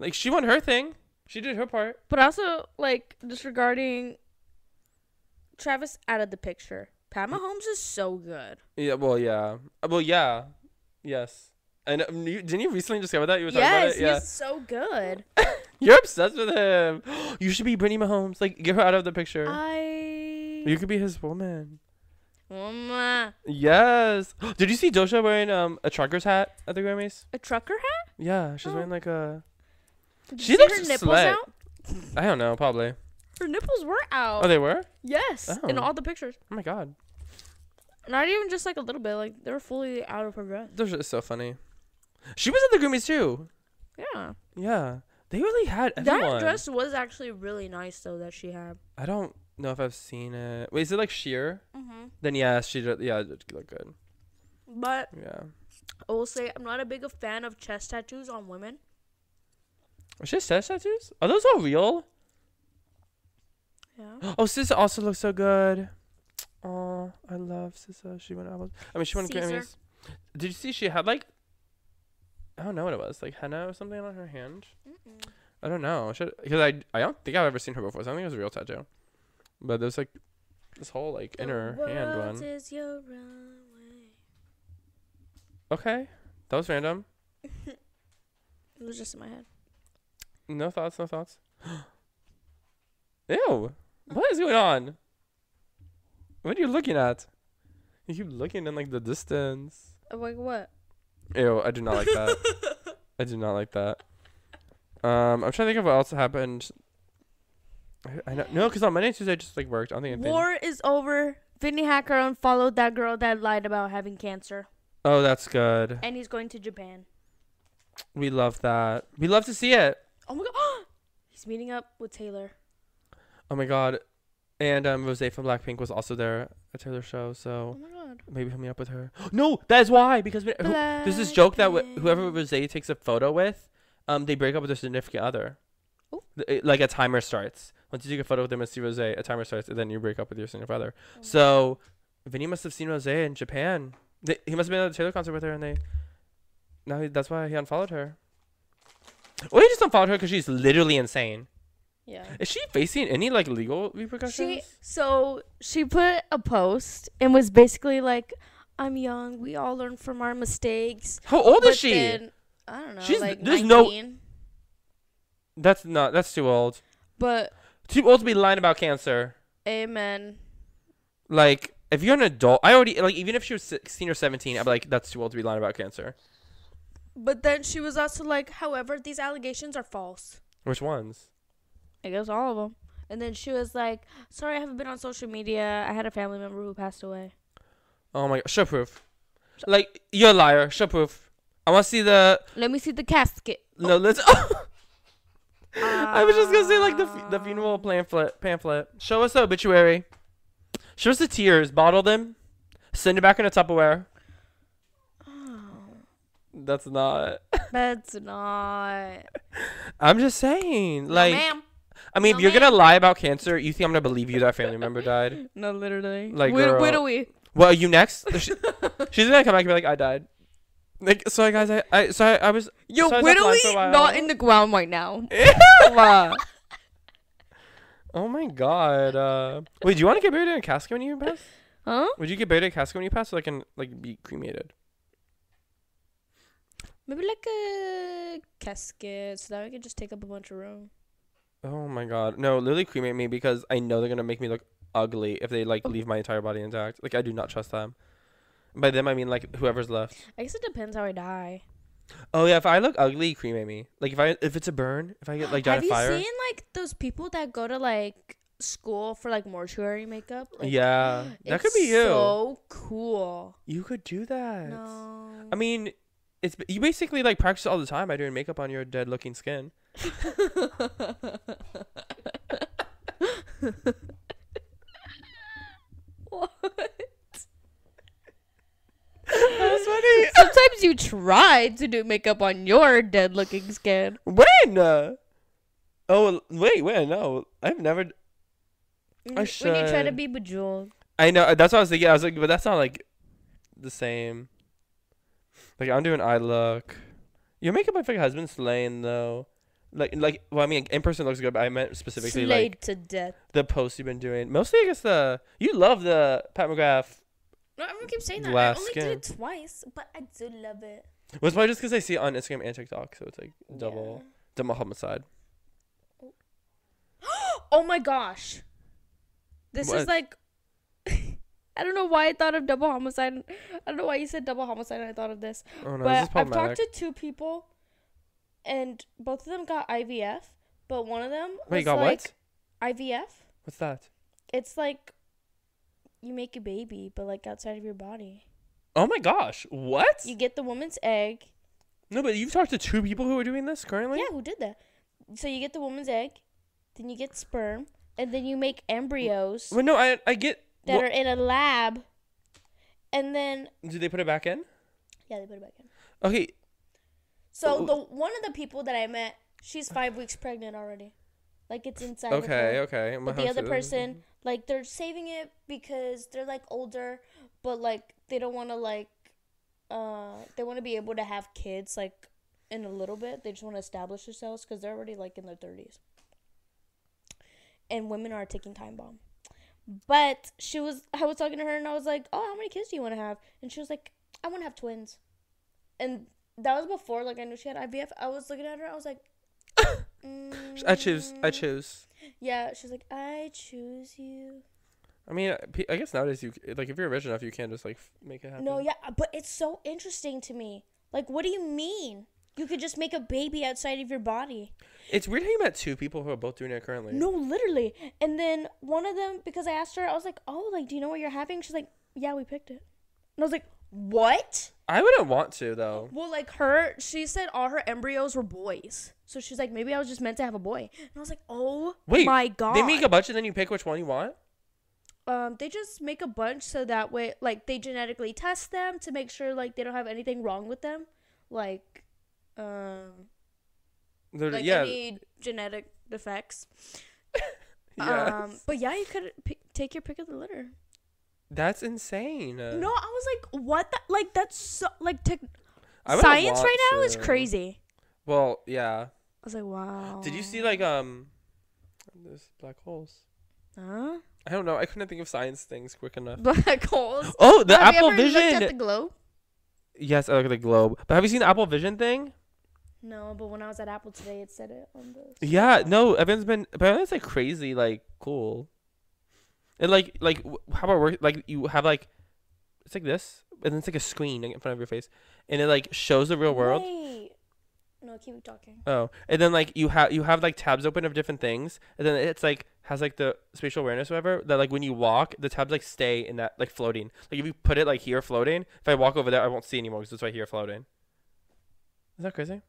Speaker 5: Like she won her thing. She did her part.
Speaker 4: But also, like, disregarding Travis out of the picture. Pat Mahomes is so good.
Speaker 5: Yeah. Well. Yeah. Uh, Well. Yeah. Yes. And um, you, didn't you recently discover that you were talking
Speaker 4: Yes,
Speaker 5: about it? Yeah.
Speaker 4: he's so good.
Speaker 5: You're obsessed with him. you should be Brittany Mahomes. Like get her out of the picture. you
Speaker 4: I. Oh,
Speaker 5: could be his woman.
Speaker 4: Mwah.
Speaker 5: Yes. Did you see Dosha wearing um a trucker's hat at the Grammys?
Speaker 4: A trucker hat?
Speaker 5: Yeah, she's
Speaker 4: Oh.
Speaker 5: wearing like a.
Speaker 4: Did
Speaker 5: She
Speaker 4: you see
Speaker 5: looks
Speaker 4: her nipples
Speaker 5: slay.
Speaker 4: out?
Speaker 5: I don't know. Probably.
Speaker 4: Her nipples were out.
Speaker 5: Oh, they were.
Speaker 4: yes, in
Speaker 5: Oh.
Speaker 4: all the pictures.
Speaker 5: Oh my god.
Speaker 4: Not even just like a little bit. Like they were fully out of her dress.
Speaker 5: Those are so funny. She was at the Grammys too.
Speaker 4: Yeah,
Speaker 5: Yeah. They really had everyone.
Speaker 4: that dress was actually really nice though that she had.
Speaker 5: I don't know if I've seen it. Wait, is it like sheer?
Speaker 4: Mm-hmm.
Speaker 5: Then yeah, she did, yeah, it did look good.
Speaker 4: But
Speaker 5: Yeah.
Speaker 4: I will say I'm not a big a fan of chest tattoos on women.
Speaker 5: Oh, She has chest tattoos? Are those all real?
Speaker 4: Yeah.
Speaker 5: Oh, SZA also looks so good. Oh, I love SZA. She won albums. I mean, she won
Speaker 4: Caesar.
Speaker 5: Grammys. Did you see she had like, I don't know what it was, like henna or something on her hand? I don't know. Because I, I don't think I've ever seen her before, so I don't think it was a real tattoo. But there's like this whole like inner hand one.
Speaker 4: Is your runway.
Speaker 5: Okay. That was random.
Speaker 4: It was just in my head.
Speaker 5: No thoughts, no thoughts. Ew. What is going on? What are you looking at? You keep looking in like the distance.
Speaker 4: I'm Uh, like what?
Speaker 5: Ew, I do not like that. I do not like that. Um, I'm trying to think of what else happened. I, I know, no, because on Monday and Tuesday I just like worked. I don't think anything.
Speaker 4: War is over. Vinny Hacker unfollowed that girl that lied about having cancer,
Speaker 5: Oh, that's good.
Speaker 4: and he's going to Japan.
Speaker 5: We love that. We love to see it.
Speaker 4: Oh my god, he's meeting up with Taylor.
Speaker 5: Oh my god. And um, Rose from Blackpink was also there at Taylor's show, so
Speaker 4: my god. God.
Speaker 5: Maybe hook me up with her. no, that's why. Because when, who, there's this joke that wh- whoever
Speaker 4: Blackpink.
Speaker 5: Rosé takes a photo with, um, they break up with their significant other.
Speaker 4: Ooh.
Speaker 5: Th- it- like a timer starts. Once you take a photo with them and see Rosé, a timer starts, and then you break up with your significant other.
Speaker 4: Oh,
Speaker 5: So, Vinny must have seen Rosé in Japan. They, he must have been at a Taylor concert with her, and they. Now he, that's why he unfollowed her. Or he just unfollowed her because she's literally insane.
Speaker 4: Yeah.
Speaker 5: Is she facing any like legal repercussions?
Speaker 4: She so she put a post and was basically like, "I'm young. We all learn from our mistakes."
Speaker 5: How old
Speaker 4: But
Speaker 5: is she?
Speaker 4: then- I don't know.
Speaker 5: She's-
Speaker 4: like
Speaker 5: there's no-
Speaker 4: 19.
Speaker 5: That's not. That's too old.
Speaker 4: But
Speaker 5: Too old to be lying about cancer.
Speaker 4: amen.
Speaker 5: Like, if you're an adult, I already like even if she was sixteen or seventeen, I'd be like, that's too old to be lying about cancer.
Speaker 4: But then she was also like, "However, these allegations are false."
Speaker 5: Which ones?
Speaker 4: I guess all of them. And then she was like, "Sorry, I haven't been on social media. I had a family member who passed away."
Speaker 5: Oh my god, show proof. Like, you're a liar. Show proof. I want to see the
Speaker 4: Let me see the casket.
Speaker 5: no. Let's. I was just gonna say like the f- the
Speaker 4: Ah.
Speaker 5: funeral pamphlet. Pamphlet. Show us the obituary. Show us the tears. Bottle them. Send it back in a Tupperware.
Speaker 4: Oh.
Speaker 5: That's not.
Speaker 4: That's not.
Speaker 5: I'm just saying. Like,
Speaker 4: ma'am.
Speaker 5: I mean,
Speaker 4: No,
Speaker 5: if you're
Speaker 4: ma'am.
Speaker 5: gonna lie about cancer, you think I'm gonna believe you that family member died?
Speaker 4: No, literally.
Speaker 5: Like,
Speaker 4: Where-
Speaker 5: girl.
Speaker 4: where do we?
Speaker 5: Well, are you next? She- she's gonna come back and be like, I died. Like, sorry guys, I, I sorry I was.
Speaker 4: Yo,
Speaker 5: sorry I was
Speaker 4: where do
Speaker 5: offline for a
Speaker 4: we?
Speaker 5: while."
Speaker 4: Not in the ground right now.
Speaker 5: oh my god. Uh, wait, do you want to get buried in a casket when you pass?
Speaker 4: Huh?
Speaker 5: Would you get buried in a casket when you pass, so I can like be cremated?
Speaker 4: Maybe like a casket so that we could just take up a bunch of room.
Speaker 5: Oh my god. No, literally cremate me because I know they're gonna make me look ugly if they like leave my entire body intact. Like I do not trust them. By them I mean like whoever's left.
Speaker 4: I guess it depends how I die.
Speaker 5: Oh yeah, if I look ugly, cremate me. Like if I if it's a burn, if I get like died
Speaker 4: Have
Speaker 5: of
Speaker 4: you
Speaker 5: fire.
Speaker 4: seen like those people that go to like school for like mortuary makeup? Like,
Speaker 5: yeah, that could be
Speaker 4: it's
Speaker 5: you.
Speaker 4: So cool.
Speaker 5: You could do that.
Speaker 4: No.
Speaker 5: I mean, it's you basically like practice all the time by doing makeup on your dead looking skin.
Speaker 4: what?
Speaker 5: That's funny.
Speaker 4: Sometimes you try to do makeup on your dead looking skin.
Speaker 5: When? Uh, Oh wait, when? No, I've never. I
Speaker 4: When you try to
Speaker 5: should.
Speaker 4: be bejeweled.
Speaker 5: I know. uh, That's what I was thinking. I was like, but that's not like the same. Like I'm doing eye look. Your makeup like your husband's slaying though. Like like well I mean in person looks good but I meant specifically
Speaker 4: Slayed
Speaker 5: like
Speaker 4: to death.
Speaker 5: the posts you've been doing. Mostly I guess the you love the Pat McGrath.
Speaker 4: No, everyone keeps saying that.
Speaker 5: Glass
Speaker 4: I only
Speaker 5: skin.
Speaker 4: did it twice, but I do love it.
Speaker 5: Well, it's probably just because I see it on Instagram and TikTok, so it's like double double homicide.
Speaker 4: oh my gosh. This is
Speaker 5: What?
Speaker 4: like I don't know why I thought of double homicide. I don't know why you said double homicide and I thought of this.
Speaker 5: Oh no, this is
Speaker 4: but I've
Speaker 5: problematic.
Speaker 4: talked to two people and both of them got IVF, but one of them
Speaker 5: Wait,
Speaker 4: was
Speaker 5: you got
Speaker 4: like
Speaker 5: what?
Speaker 4: IVF.
Speaker 5: What's that?
Speaker 4: It's like you make a baby, but like outside of your body.
Speaker 5: Oh my gosh, what?
Speaker 4: You get the woman's egg.
Speaker 5: no, but you've talked to two people who are doing this currently.
Speaker 4: Yeah, who did that? So you get the woman's egg, then you get sperm, and then you make embryos
Speaker 5: Well, no, I I get.
Speaker 4: that
Speaker 5: well,
Speaker 4: are in a lab, and then
Speaker 5: do they put it back in?
Speaker 4: yeah, they put it back in.
Speaker 5: Okay,
Speaker 4: So
Speaker 5: Ooh.
Speaker 4: the one of the people that I met, she's five weeks pregnant already, like it's inside. of
Speaker 5: okay,
Speaker 4: her.
Speaker 5: okay.
Speaker 4: But the other person, like they're saving it because they're like older, but like they don't want to like, uh, they want to be able to have kids like in a little bit. They just want to establish themselves because they're already like in their thirties, and women are a ticking time bomb. But she was, I was talking to her and I was like, "Oh, how many kids do you want to have?" And she was like, "I want to have twins," and that was before like I knew she had IVF. I was looking at her, I was like.
Speaker 5: I choose. I
Speaker 4: "Mm."
Speaker 5: choose.
Speaker 4: Yeah, she's like, I choose you.
Speaker 5: I mean, I- pe- I guess nowadays you c- like if you're rich enough, you can just like f- make it happen.
Speaker 4: No, yeah, but it's so interesting to me. Like, what do you mean? You could just make a baby outside of your body.
Speaker 5: It's weird how you met two people who are both doing it currently.
Speaker 4: No, literally. And then one of them, because I asked her, I was like, oh, like, do you know what you're having? She's like, yeah, we picked it. And I was like, what?
Speaker 5: I wouldn't want to though.
Speaker 4: Well, like her, she said all her embryos were boys. So she's like, maybe I was just meant to have a boy. And I was like, oh
Speaker 5: Wait,
Speaker 4: my god.
Speaker 5: They make a bunch and then you pick which one you want.
Speaker 4: um, they just make a bunch so that way, like, they genetically test them to make sure, like, they don't have anything wrong with them. Like, um,
Speaker 5: They're-
Speaker 4: like
Speaker 5: yeah,
Speaker 4: any genetic defects.
Speaker 5: yeah.
Speaker 4: Um, but yeah, you could p- take your pick of the litter.
Speaker 5: That's insane.
Speaker 4: No, I was like, what? The? Like, that's so, like, tech
Speaker 5: I wouldn't
Speaker 4: science
Speaker 5: want
Speaker 4: right now is
Speaker 5: to.
Speaker 4: crazy.
Speaker 5: Well, yeah.
Speaker 4: I was like, wow.
Speaker 5: Did you see like um, there's black holes.
Speaker 4: Huh?
Speaker 5: I don't know. I couldn't think of science things quick enough.
Speaker 4: Black holes.
Speaker 5: Oh, the
Speaker 4: Have you
Speaker 5: Apple
Speaker 4: ever looked
Speaker 5: Vision.
Speaker 4: at the globe?
Speaker 5: yes, I look at the globe. But have you seen the Apple Vision thing?
Speaker 4: No, but when I was at Apple today, it said it on the.
Speaker 5: Yeah. No, everyone's been. Apparently, it's like crazy, like cool. And like, like, w- how about work? Like, you have like, it's like this, and then it's like a screen in front of your face, and it like shows the real world.
Speaker 4: Wait. No, keep talking.
Speaker 5: Oh, and then like you have you have like tabs open of different things, and then it's like has like the spatial awareness, or whatever. That like when you walk, the tabs like stay in that like floating. Like if you put it like here floating, if I walk over there, I won't see anymore because it's right here floating. Is that crazy?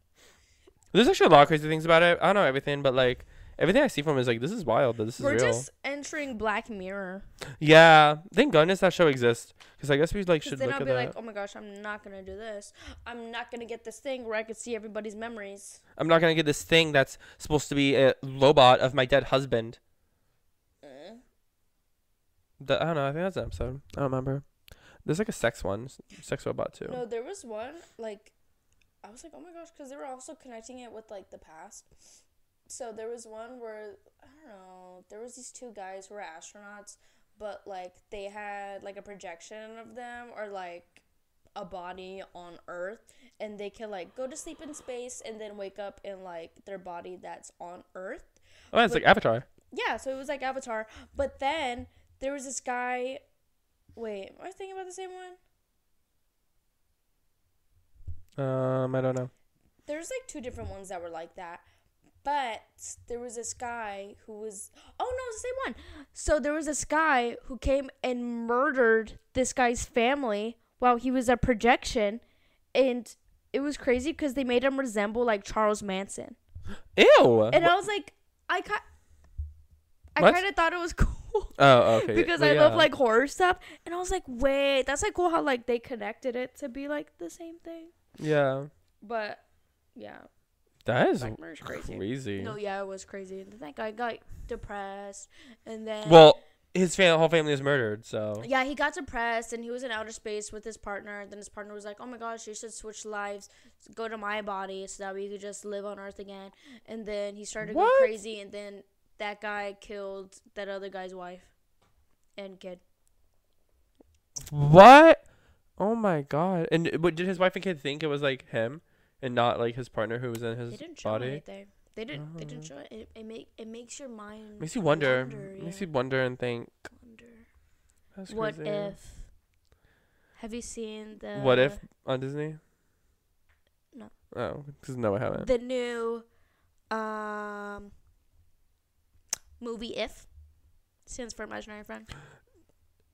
Speaker 5: There's actually a lot of crazy things about it. I don't know everything, but like everything I see from it is like this is wild. That this is
Speaker 4: We're
Speaker 5: real.
Speaker 4: just entering Black Mirror.
Speaker 5: Yeah, thank goodness that show exists because I guess we like
Speaker 4: 'Cause
Speaker 5: should
Speaker 4: then
Speaker 5: look
Speaker 4: I'll
Speaker 5: at
Speaker 4: be like,
Speaker 5: that.
Speaker 4: oh my gosh, I'm not gonna do this. I'm not gonna get this thing where I could see everybody's memories.
Speaker 5: I'm not gonna get this thing that's supposed to be a robot of my dead husband. Mm.
Speaker 4: Uh,
Speaker 5: The, I don't know. I think that's an episode. I don't remember. There's like a sex one, s- sex robot too.
Speaker 4: No, there was one like, I was like, oh my gosh, because they were also connecting it with like the past. So there was one where I don't know. There was these two guys who were astronauts, but like they had like a projection of them or like a body on Earth, and they could like go to sleep in space and then wake up in like their body that's on Earth.
Speaker 5: oh, it's like Avatar.
Speaker 4: Yeah, so it was like Avatar. But then there was this guy. Wait, am I thinking about the same one?
Speaker 5: Um, I don't know.
Speaker 4: There's like two different ones that were like that. But there was this guy who was. Oh no, it's the same one. So there was this guy who came and murdered this guy's family while he was a projection. And it was crazy because they made him resemble like Charles Manson.
Speaker 5: Ew.
Speaker 4: And
Speaker 5: Wha-
Speaker 4: I was like, I, ki- I
Speaker 5: What?
Speaker 4: kind of thought it was cool.
Speaker 5: oh, okay.
Speaker 4: because
Speaker 5: Well,
Speaker 4: I love
Speaker 5: yeah.
Speaker 4: like horror stuff. And I was like, wait, that's like cool how like they connected it to be like the same thing.
Speaker 5: Yeah,
Speaker 4: But yeah,
Speaker 5: that is
Speaker 4: Black Mirror's
Speaker 5: crazy.
Speaker 4: crazy. No, yeah, it was crazy. And then that guy got depressed, and then
Speaker 5: Well, his fam- whole family is murdered. So
Speaker 4: yeah, he got depressed, and he was in outer space with his partner. And then his partner was like, "Oh my gosh, you should switch lives, go to my body, so that way you could just live on Earth again." And then he started going
Speaker 5: What?
Speaker 4: crazy, and then that guy killed that other guy's wife and kid.
Speaker 5: what? Oh my god! And uh, but did his wife and kid think it was like him and not like his partner who was in his
Speaker 4: They didn't show
Speaker 5: body? Oh.
Speaker 4: anything. They didn't. They didn't show it. It, it, make, it makes your mind
Speaker 5: Makes you wonder.
Speaker 4: Wonder,
Speaker 5: Makes
Speaker 4: yeah.
Speaker 5: you wonder and think.
Speaker 4: Wonder.
Speaker 5: That's
Speaker 4: What
Speaker 5: crazy.
Speaker 4: if? Have you seen the
Speaker 5: What if on Disney?
Speaker 4: uh, No.
Speaker 5: Oh, because no, I haven't.
Speaker 4: the new um movie If stands for imaginary friend?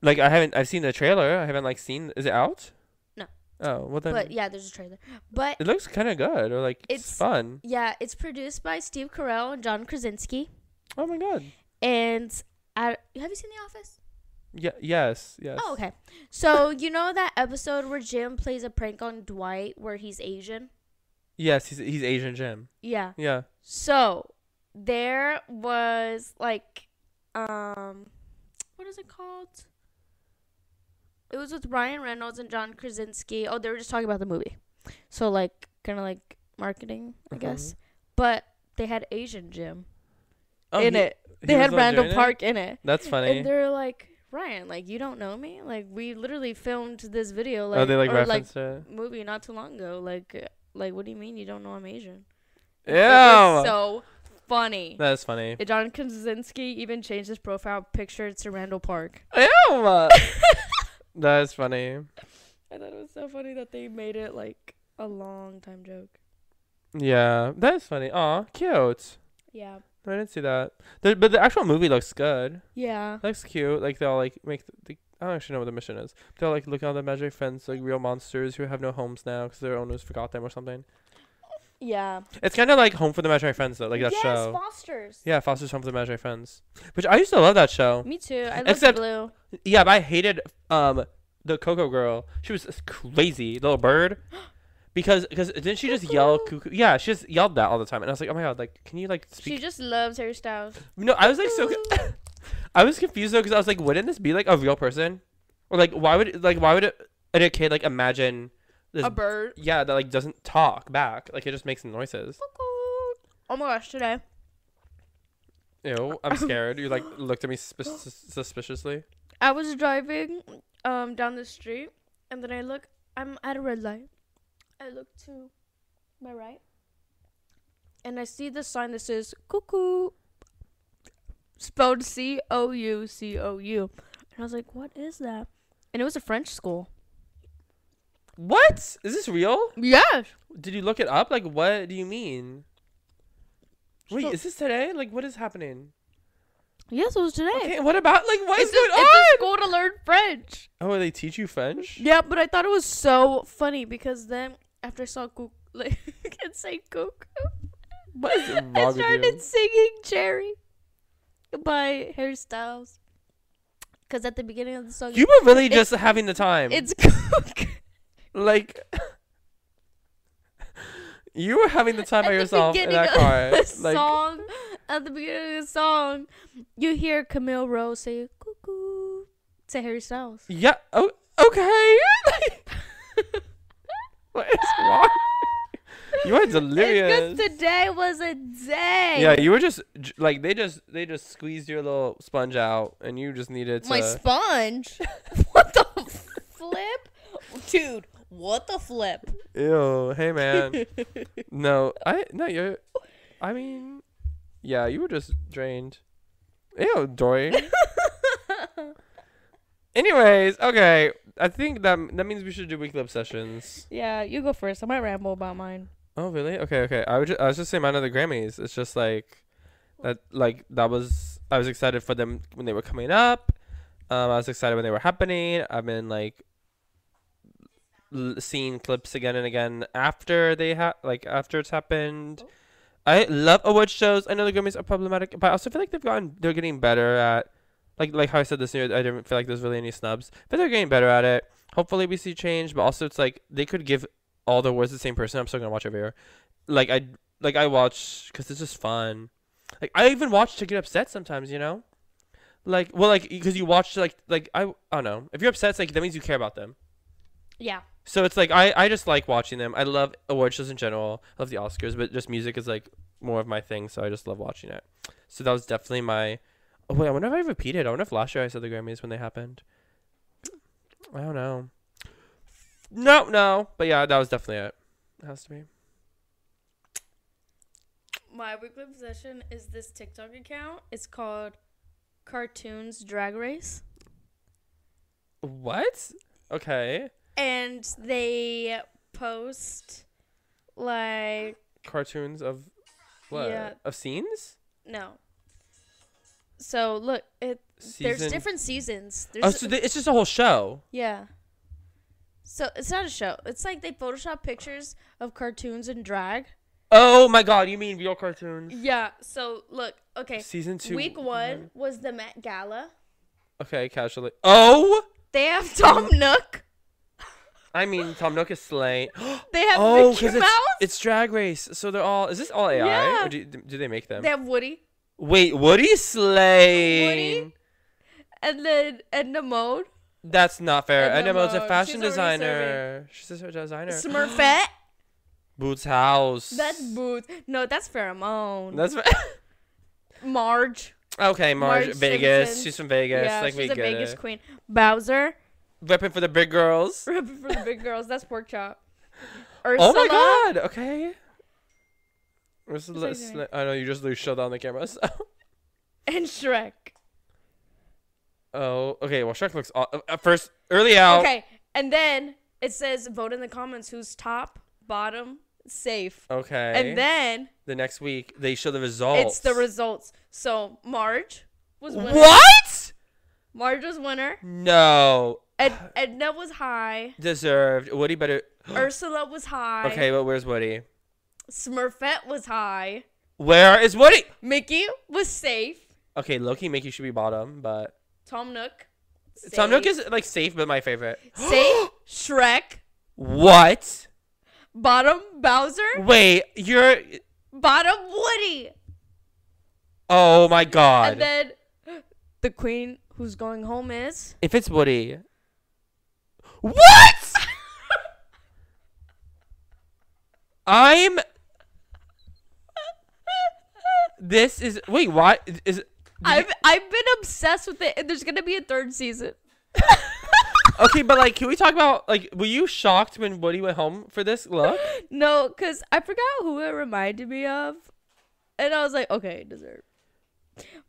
Speaker 5: Like I haven't. I've seen the trailer. I haven't like seen. Is it out?
Speaker 4: No.
Speaker 5: Oh well then.
Speaker 4: But yeah, there's a trailer. But
Speaker 5: it looks kind of good, or like it's,
Speaker 4: It's-
Speaker 5: fun.
Speaker 4: yeah, it's produced by Steve Carell and John Krasinski.
Speaker 5: Oh my god.
Speaker 4: And I, have you seen The Office?
Speaker 5: Yeah. Yes. Yes.
Speaker 4: Oh, okay. So you know that episode where Jim plays a prank on Dwight, where he's Asian.
Speaker 5: Yes. He's he's Asian Jim.
Speaker 4: Yeah.
Speaker 5: Yeah.
Speaker 4: So there was like um what is it called? It was with Ryan Reynolds and John Krasinski. Oh, they were just talking about the movie. So like kind of like marketing, I
Speaker 5: Mm-hmm.
Speaker 4: guess. But they had Asian Jim
Speaker 5: Oh,
Speaker 4: in
Speaker 5: he-
Speaker 4: it.
Speaker 5: he
Speaker 4: They
Speaker 5: was
Speaker 4: had
Speaker 5: the one
Speaker 4: Randall
Speaker 5: doing it?
Speaker 4: Park in it.
Speaker 5: That's funny.
Speaker 4: And they're like, "Ryan, like you don't know me? Like we literally filmed this video like
Speaker 5: oh, they like
Speaker 4: or like
Speaker 5: referenced it.
Speaker 4: movie not too long ago. Like uh, like what do you mean you don't know I'm Asian?"
Speaker 5: Ew.
Speaker 4: It was so funny.
Speaker 5: that is funny.
Speaker 4: And John Krasinski even changed his profile picture to Randall Park.
Speaker 5: Ew. that is funny.
Speaker 4: Uh, I thought it was so funny that they made it like a long time joke.
Speaker 5: Yeah. That is funny. Aw, cute.
Speaker 4: Yeah.
Speaker 5: No, I didn't see that. The, but the actual movie looks good.
Speaker 4: Yeah.
Speaker 5: That's cute. Like they all like make. th- The, I don't actually know what the mission is. They're like looking at the magic friends, like real monsters who have no homes now because their owners forgot them or something.
Speaker 4: Yeah.
Speaker 5: It's kind of like Home for the Imaginary Friends though, like that
Speaker 1: yes,
Speaker 5: show.
Speaker 1: Foster's.
Speaker 5: yeah, Foster's Home for the Imaginary Friends, which I used to love that show.
Speaker 4: Me too. I love
Speaker 5: Except-
Speaker 4: blue.
Speaker 5: Yeah, but I hated um the Coco girl. She was this crazy little bird. Because, because didn't she just yell cuckoo? Yeah, she just yelled that all the time, and I was like, oh my god, like, can you like
Speaker 4: She
Speaker 5: speak?
Speaker 4: just loves Harry Styles.
Speaker 5: no, I was like so, I was confused though, because I was like, wouldn't this be like a real person, or like why would like why would it, a kid like imagine this?
Speaker 4: A bird.
Speaker 5: Yeah, that like doesn't talk back, like it just makes noises.
Speaker 4: Oh my gosh, today.
Speaker 5: Ew, I'm scared. You like looked at me suspicious suspiciously.
Speaker 4: I was driving um down the street and then I look I'm at a red light. I look to my right and I see the sign that says cuckoo spelled C O U C O U. And I was like, What is that? And it was a French school.
Speaker 5: What is this real?
Speaker 4: Yes.
Speaker 5: Did you look it up? Like, what do you mean? Wait,
Speaker 4: So-
Speaker 5: is this today? Like, what is happening?
Speaker 4: Yes, it was today.
Speaker 5: Okay, what about like what is
Speaker 4: It's, a,
Speaker 5: going
Speaker 4: it's a
Speaker 5: on?
Speaker 4: school to learn French.
Speaker 5: Oh, they teach you French?
Speaker 4: Yeah, but I thought it was so funny because then after I saw Cook, like I can't say Cook,
Speaker 5: What is wrong
Speaker 4: I
Speaker 5: with you?
Speaker 4: started singing "Cherry" by Hairstyles. Because at the beginning of the song,
Speaker 5: You were really just having the time.
Speaker 4: it's Cook.
Speaker 5: like you were having the time
Speaker 4: At
Speaker 5: by
Speaker 4: the
Speaker 5: yourself in
Speaker 4: beginning
Speaker 5: that
Speaker 4: of
Speaker 5: car.
Speaker 4: the
Speaker 5: Like,
Speaker 4: song at the beginning of the song, you hear Camille Rose say "Cuckoo" to Harry Styles.
Speaker 5: yeah. Oh, okay. what is wrong? You are
Speaker 4: It's
Speaker 5: delirious.
Speaker 4: 'cause today was a day.
Speaker 5: Yeah, you were just j- like they just they just squeezed your little sponge out, and you just needed to.
Speaker 1: My sponge. what the flip, dude? What the flip?
Speaker 5: Ew. Hey, man. no, I no you. I mean, yeah, you were just drained. Ew, Dory. Anyways, okay. I think that that means we should do weekly obsessions.
Speaker 4: Yeah, you go first. I might ramble about mine.
Speaker 5: Oh, really? Okay, okay. I, would ju- I was just saying mine are the Grammys. It's just like that. Like that was I was excited for them when they were coming up. Um, I was excited when they were happening. I've been like l- seeing clips again and again after they ha like after it's happened. I love award shows. I know the Grammys are problematic, but I also feel like they've gotten they're getting better at like like how I said this year. I didn't feel like there's really any snubs, but they're getting better at it. Hopefully, we see change. But also, it's like they could give all the awards the same person. I'm still gonna watch every year. Like I like I watch because it's just fun. Like I even watch to get upset sometimes. You know, like well, like because you watch like like I I don't know if you're upset, it's like that means you care about them.
Speaker 4: Yeah.
Speaker 5: So it's like I, I just like watching them. I love award shows in general. I love the Oscars, but just music is like more of my thing, so I just love watching it. So that was definitely my Oh wait, I wonder if I repeated. I wonder if last year I said the Grammys when they happened. I don't know. No, no. But yeah, that was definitely it. It has to be.
Speaker 4: My weekly obsession is this TikTok account. It's called Cartoons Drag Race.
Speaker 5: What? Okay.
Speaker 4: And they post like
Speaker 5: Cartoons of what?
Speaker 4: Yeah.
Speaker 5: Of scenes?
Speaker 4: no. So look, it
Speaker 5: Season-
Speaker 4: there's different seasons. There's
Speaker 5: Oh, so they, it's just a whole show.
Speaker 4: yeah. So it's not a show. It's like they Photoshop pictures of cartoons and drag.
Speaker 5: Oh my god, you mean real cartoons?
Speaker 4: Yeah. So look, okay.
Speaker 5: Season two.
Speaker 4: Week one was the Met Gala.
Speaker 5: Okay, casually. Oh,
Speaker 4: They have Tom Nook.
Speaker 5: I mean Tom Nook is slaying.
Speaker 4: They have
Speaker 5: Oh,
Speaker 4: Mickey
Speaker 5: because
Speaker 4: Mouse.
Speaker 5: it's, it's Drag Race. So they're all. Is this all AI?
Speaker 4: Yeah.
Speaker 5: Or do, do they make them?
Speaker 4: They have Woody.
Speaker 5: Wait, Woody slaying.
Speaker 4: And then Edna Mode.
Speaker 5: That's not fair.
Speaker 4: Edna
Speaker 5: Edna Mode's a
Speaker 4: Mode.
Speaker 5: fashion
Speaker 4: She's already
Speaker 5: designer. She's a designer.
Speaker 4: Smurfette.
Speaker 5: Boots House.
Speaker 4: that's Booth. No, that's Pheromone.
Speaker 5: That's fa-
Speaker 4: Marge.
Speaker 5: okay, Marge.
Speaker 4: Marge
Speaker 5: Vegas.
Speaker 4: Simpson.
Speaker 5: She's from Vegas.
Speaker 4: yeah,
Speaker 5: like we
Speaker 4: she's a
Speaker 5: get
Speaker 4: Vegas
Speaker 5: it.
Speaker 4: queen. Bowser.
Speaker 5: Repping for the big girls.
Speaker 4: Ripping for the big girls. That's Pork Chop. Ursula.
Speaker 5: Oh my God. Okay. Where's the
Speaker 4: What's
Speaker 5: list?
Speaker 4: that
Speaker 5: I know you just lose shut on the camera. So.
Speaker 4: And Shrek.
Speaker 5: Oh, okay. Well, Shrek looks aw- uh, uh, first early out.
Speaker 4: Okay. And then it says vote in the comments who's top, bottom, safe.
Speaker 5: Okay.
Speaker 4: And then
Speaker 5: the next week they show the results.
Speaker 4: it's the results. So Marge was winner.
Speaker 5: What?
Speaker 4: Marge was winner.
Speaker 5: No.
Speaker 4: Ed- Edna was high.
Speaker 5: Deserved. Woody better.
Speaker 4: Ursula was high.
Speaker 5: Okay, but where's Woody?
Speaker 4: Smurfette was high.
Speaker 5: Where is Woody?
Speaker 4: Mickey was safe.
Speaker 5: Okay, Loki Mickey should be bottom, but
Speaker 4: Tom Nook. Safe.
Speaker 5: Tom Nook is like safe, but my favorite.
Speaker 4: safe. Shrek.
Speaker 5: What?
Speaker 4: Bottom Bowser.
Speaker 5: Wait, you're.
Speaker 4: Bottom Woody.
Speaker 5: Oh my god.
Speaker 4: And then the queen who's going home is
Speaker 5: if it's Woody. What? I'm. This is wait. Why is? did
Speaker 4: I've I've been obsessed with it and there's gonna be a third season.
Speaker 5: you- okay, but like, can we talk about like? Were you shocked when Woody went home for this look?
Speaker 4: No, because I forgot who it reminded me of. And I was like, okay, dessert.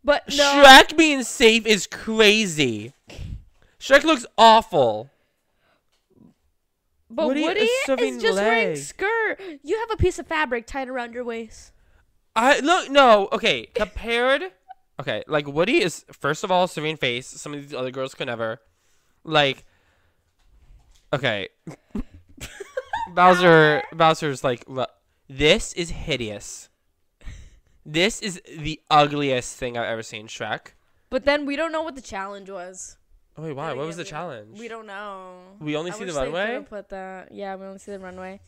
Speaker 4: But no
Speaker 5: Shrek being safe is crazy. Shrek looks awful.
Speaker 4: but
Speaker 5: Woody
Speaker 4: Woody,
Speaker 5: is shoving
Speaker 4: is just wearing
Speaker 5: leg.
Speaker 4: skirt. You have a piece of fabric tied around your waist.
Speaker 5: I look no okay compared. Okay, like Woody is first of all serene face. Some of these other girls could never. Like, okay, Bowser. Bowser's like lo- this is hideous. This is the ugliest thing I've ever seen. Shrek.
Speaker 4: But then we don't know what the challenge was.
Speaker 5: Oh wait, why?
Speaker 4: Then
Speaker 5: What was
Speaker 4: again, we
Speaker 5: the
Speaker 4: don't-
Speaker 5: challenge?
Speaker 4: We don't know.
Speaker 5: We only
Speaker 4: I
Speaker 5: see the
Speaker 4: wish they
Speaker 5: runway?
Speaker 4: could've Put that. Yeah, we only see the runway.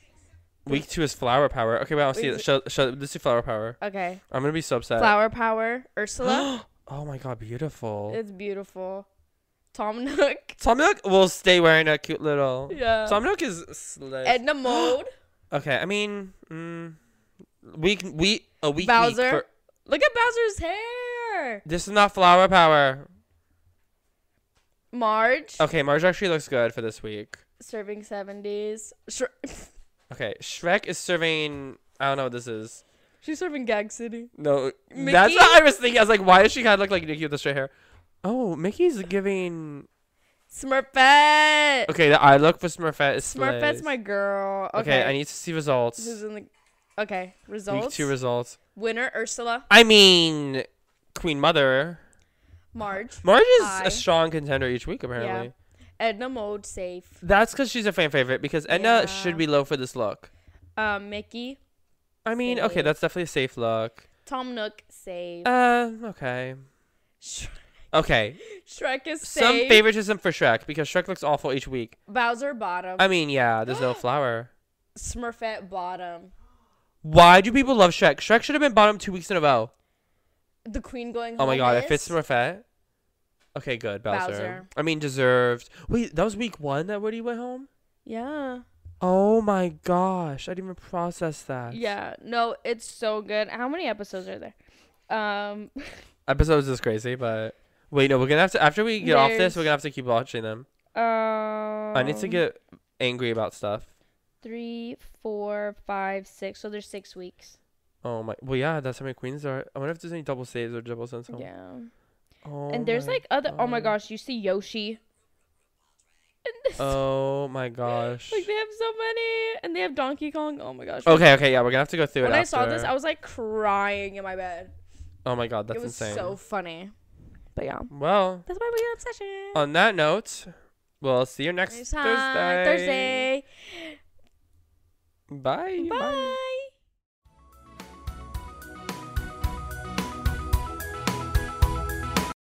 Speaker 5: Week two is flower power. Okay, wait, I'll see
Speaker 4: Wait,
Speaker 5: it. Show, show, let's do flower power.
Speaker 4: Okay.
Speaker 5: I'm gonna be so upset.
Speaker 4: Flower power. Ursula.
Speaker 5: oh my god, beautiful.
Speaker 4: it's beautiful. Tom Nook.
Speaker 5: Tom Nook will stay wearing a cute little.
Speaker 4: Yeah.
Speaker 5: Tom Nook is slick.
Speaker 4: Edna Mode.
Speaker 5: okay, I mean, mm, we can- we a week.
Speaker 4: Bowser.
Speaker 5: Week for-
Speaker 4: Look at Bowser's hair.
Speaker 5: this is not flower power.
Speaker 4: Marge.
Speaker 5: Okay, Marge actually looks good for this week.
Speaker 4: Serving 70s. Shre-
Speaker 5: Okay, Shrek is serving. I don't know what this is.
Speaker 4: She's serving Gag City.
Speaker 5: No, that's
Speaker 4: Mickey?
Speaker 5: what I was thinking. I was like, why does she kind of look like Nikki with the straight hair? Oh, Mickey's giving.
Speaker 4: Smurfette.
Speaker 5: Okay, the eye look for Smurfette is slick.
Speaker 4: Smurfette's my girl.
Speaker 5: Okay.
Speaker 4: Okay.
Speaker 5: I need to see results.
Speaker 4: Who's in the. Okay.
Speaker 5: Week
Speaker 4: Results.
Speaker 5: two results.
Speaker 4: Winner Ursula.
Speaker 5: I mean, Queen Mother.
Speaker 4: Marge.
Speaker 5: Marge is
Speaker 4: Aye.
Speaker 5: a strong contender each week, apparently.
Speaker 4: Edna Mode safe.
Speaker 5: That's because she's a fan favorite. Because Edna
Speaker 4: Yeah.
Speaker 5: should be low for this look.
Speaker 4: Uh, Mickey.
Speaker 5: I mean, okay,
Speaker 4: Safe.
Speaker 5: that's definitely a safe look.
Speaker 4: Tom Nook safe.
Speaker 5: Uh, okay,
Speaker 4: Sh-
Speaker 5: okay.
Speaker 4: Shrek is safe.
Speaker 5: Some favoritism for Shrek because Shrek looks awful each week.
Speaker 4: Bowser bottom.
Speaker 5: I mean, yeah, there's no flower.
Speaker 4: Smurfette bottom.
Speaker 5: Why do people love Shrek? Shrek should have been bottom two weeks in a row.
Speaker 4: The queen going
Speaker 5: Oh my god, it
Speaker 4: is
Speaker 5: fits Smurfette. Okay, good, Bowser.
Speaker 4: Bowser.
Speaker 5: I mean, deserved. Wait, that was week one that Woody went home.
Speaker 4: Yeah.
Speaker 5: Oh my gosh, I didn't even process that.
Speaker 4: Yeah. No, it's so good. How many episodes are there? Um
Speaker 5: episodes is crazy, but wait, no, we're gonna have to after we get off this,
Speaker 4: There's-
Speaker 5: we're gonna have to keep watching them.
Speaker 4: um
Speaker 5: I need to get angry about stuff.
Speaker 4: three, four, five, six. So there's six weeks.
Speaker 5: Oh my, well, yeah, that's how many queens are. I wonder if there's any double saves or double sons.
Speaker 4: Yeah.
Speaker 5: Oh
Speaker 4: and there's
Speaker 5: my
Speaker 4: like other oh my
Speaker 5: God.
Speaker 4: gosh, you see Yoshi. And this
Speaker 5: Oh my gosh.
Speaker 4: like they have so many and they have Donkey Kong. Oh my gosh.
Speaker 5: okay, okay, yeah, we're gonna have to go through
Speaker 4: When
Speaker 5: it.
Speaker 4: I saw this,
Speaker 5: after.
Speaker 4: I was like crying in my bed.
Speaker 5: oh my God, that's
Speaker 4: it was
Speaker 5: insane.
Speaker 4: so funny. But yeah.
Speaker 5: well,
Speaker 4: That's why we got obsession.
Speaker 5: on that note, we'll see you next
Speaker 4: Next time,
Speaker 5: Thursday.
Speaker 4: Thursday.
Speaker 5: Bye.
Speaker 4: Bye.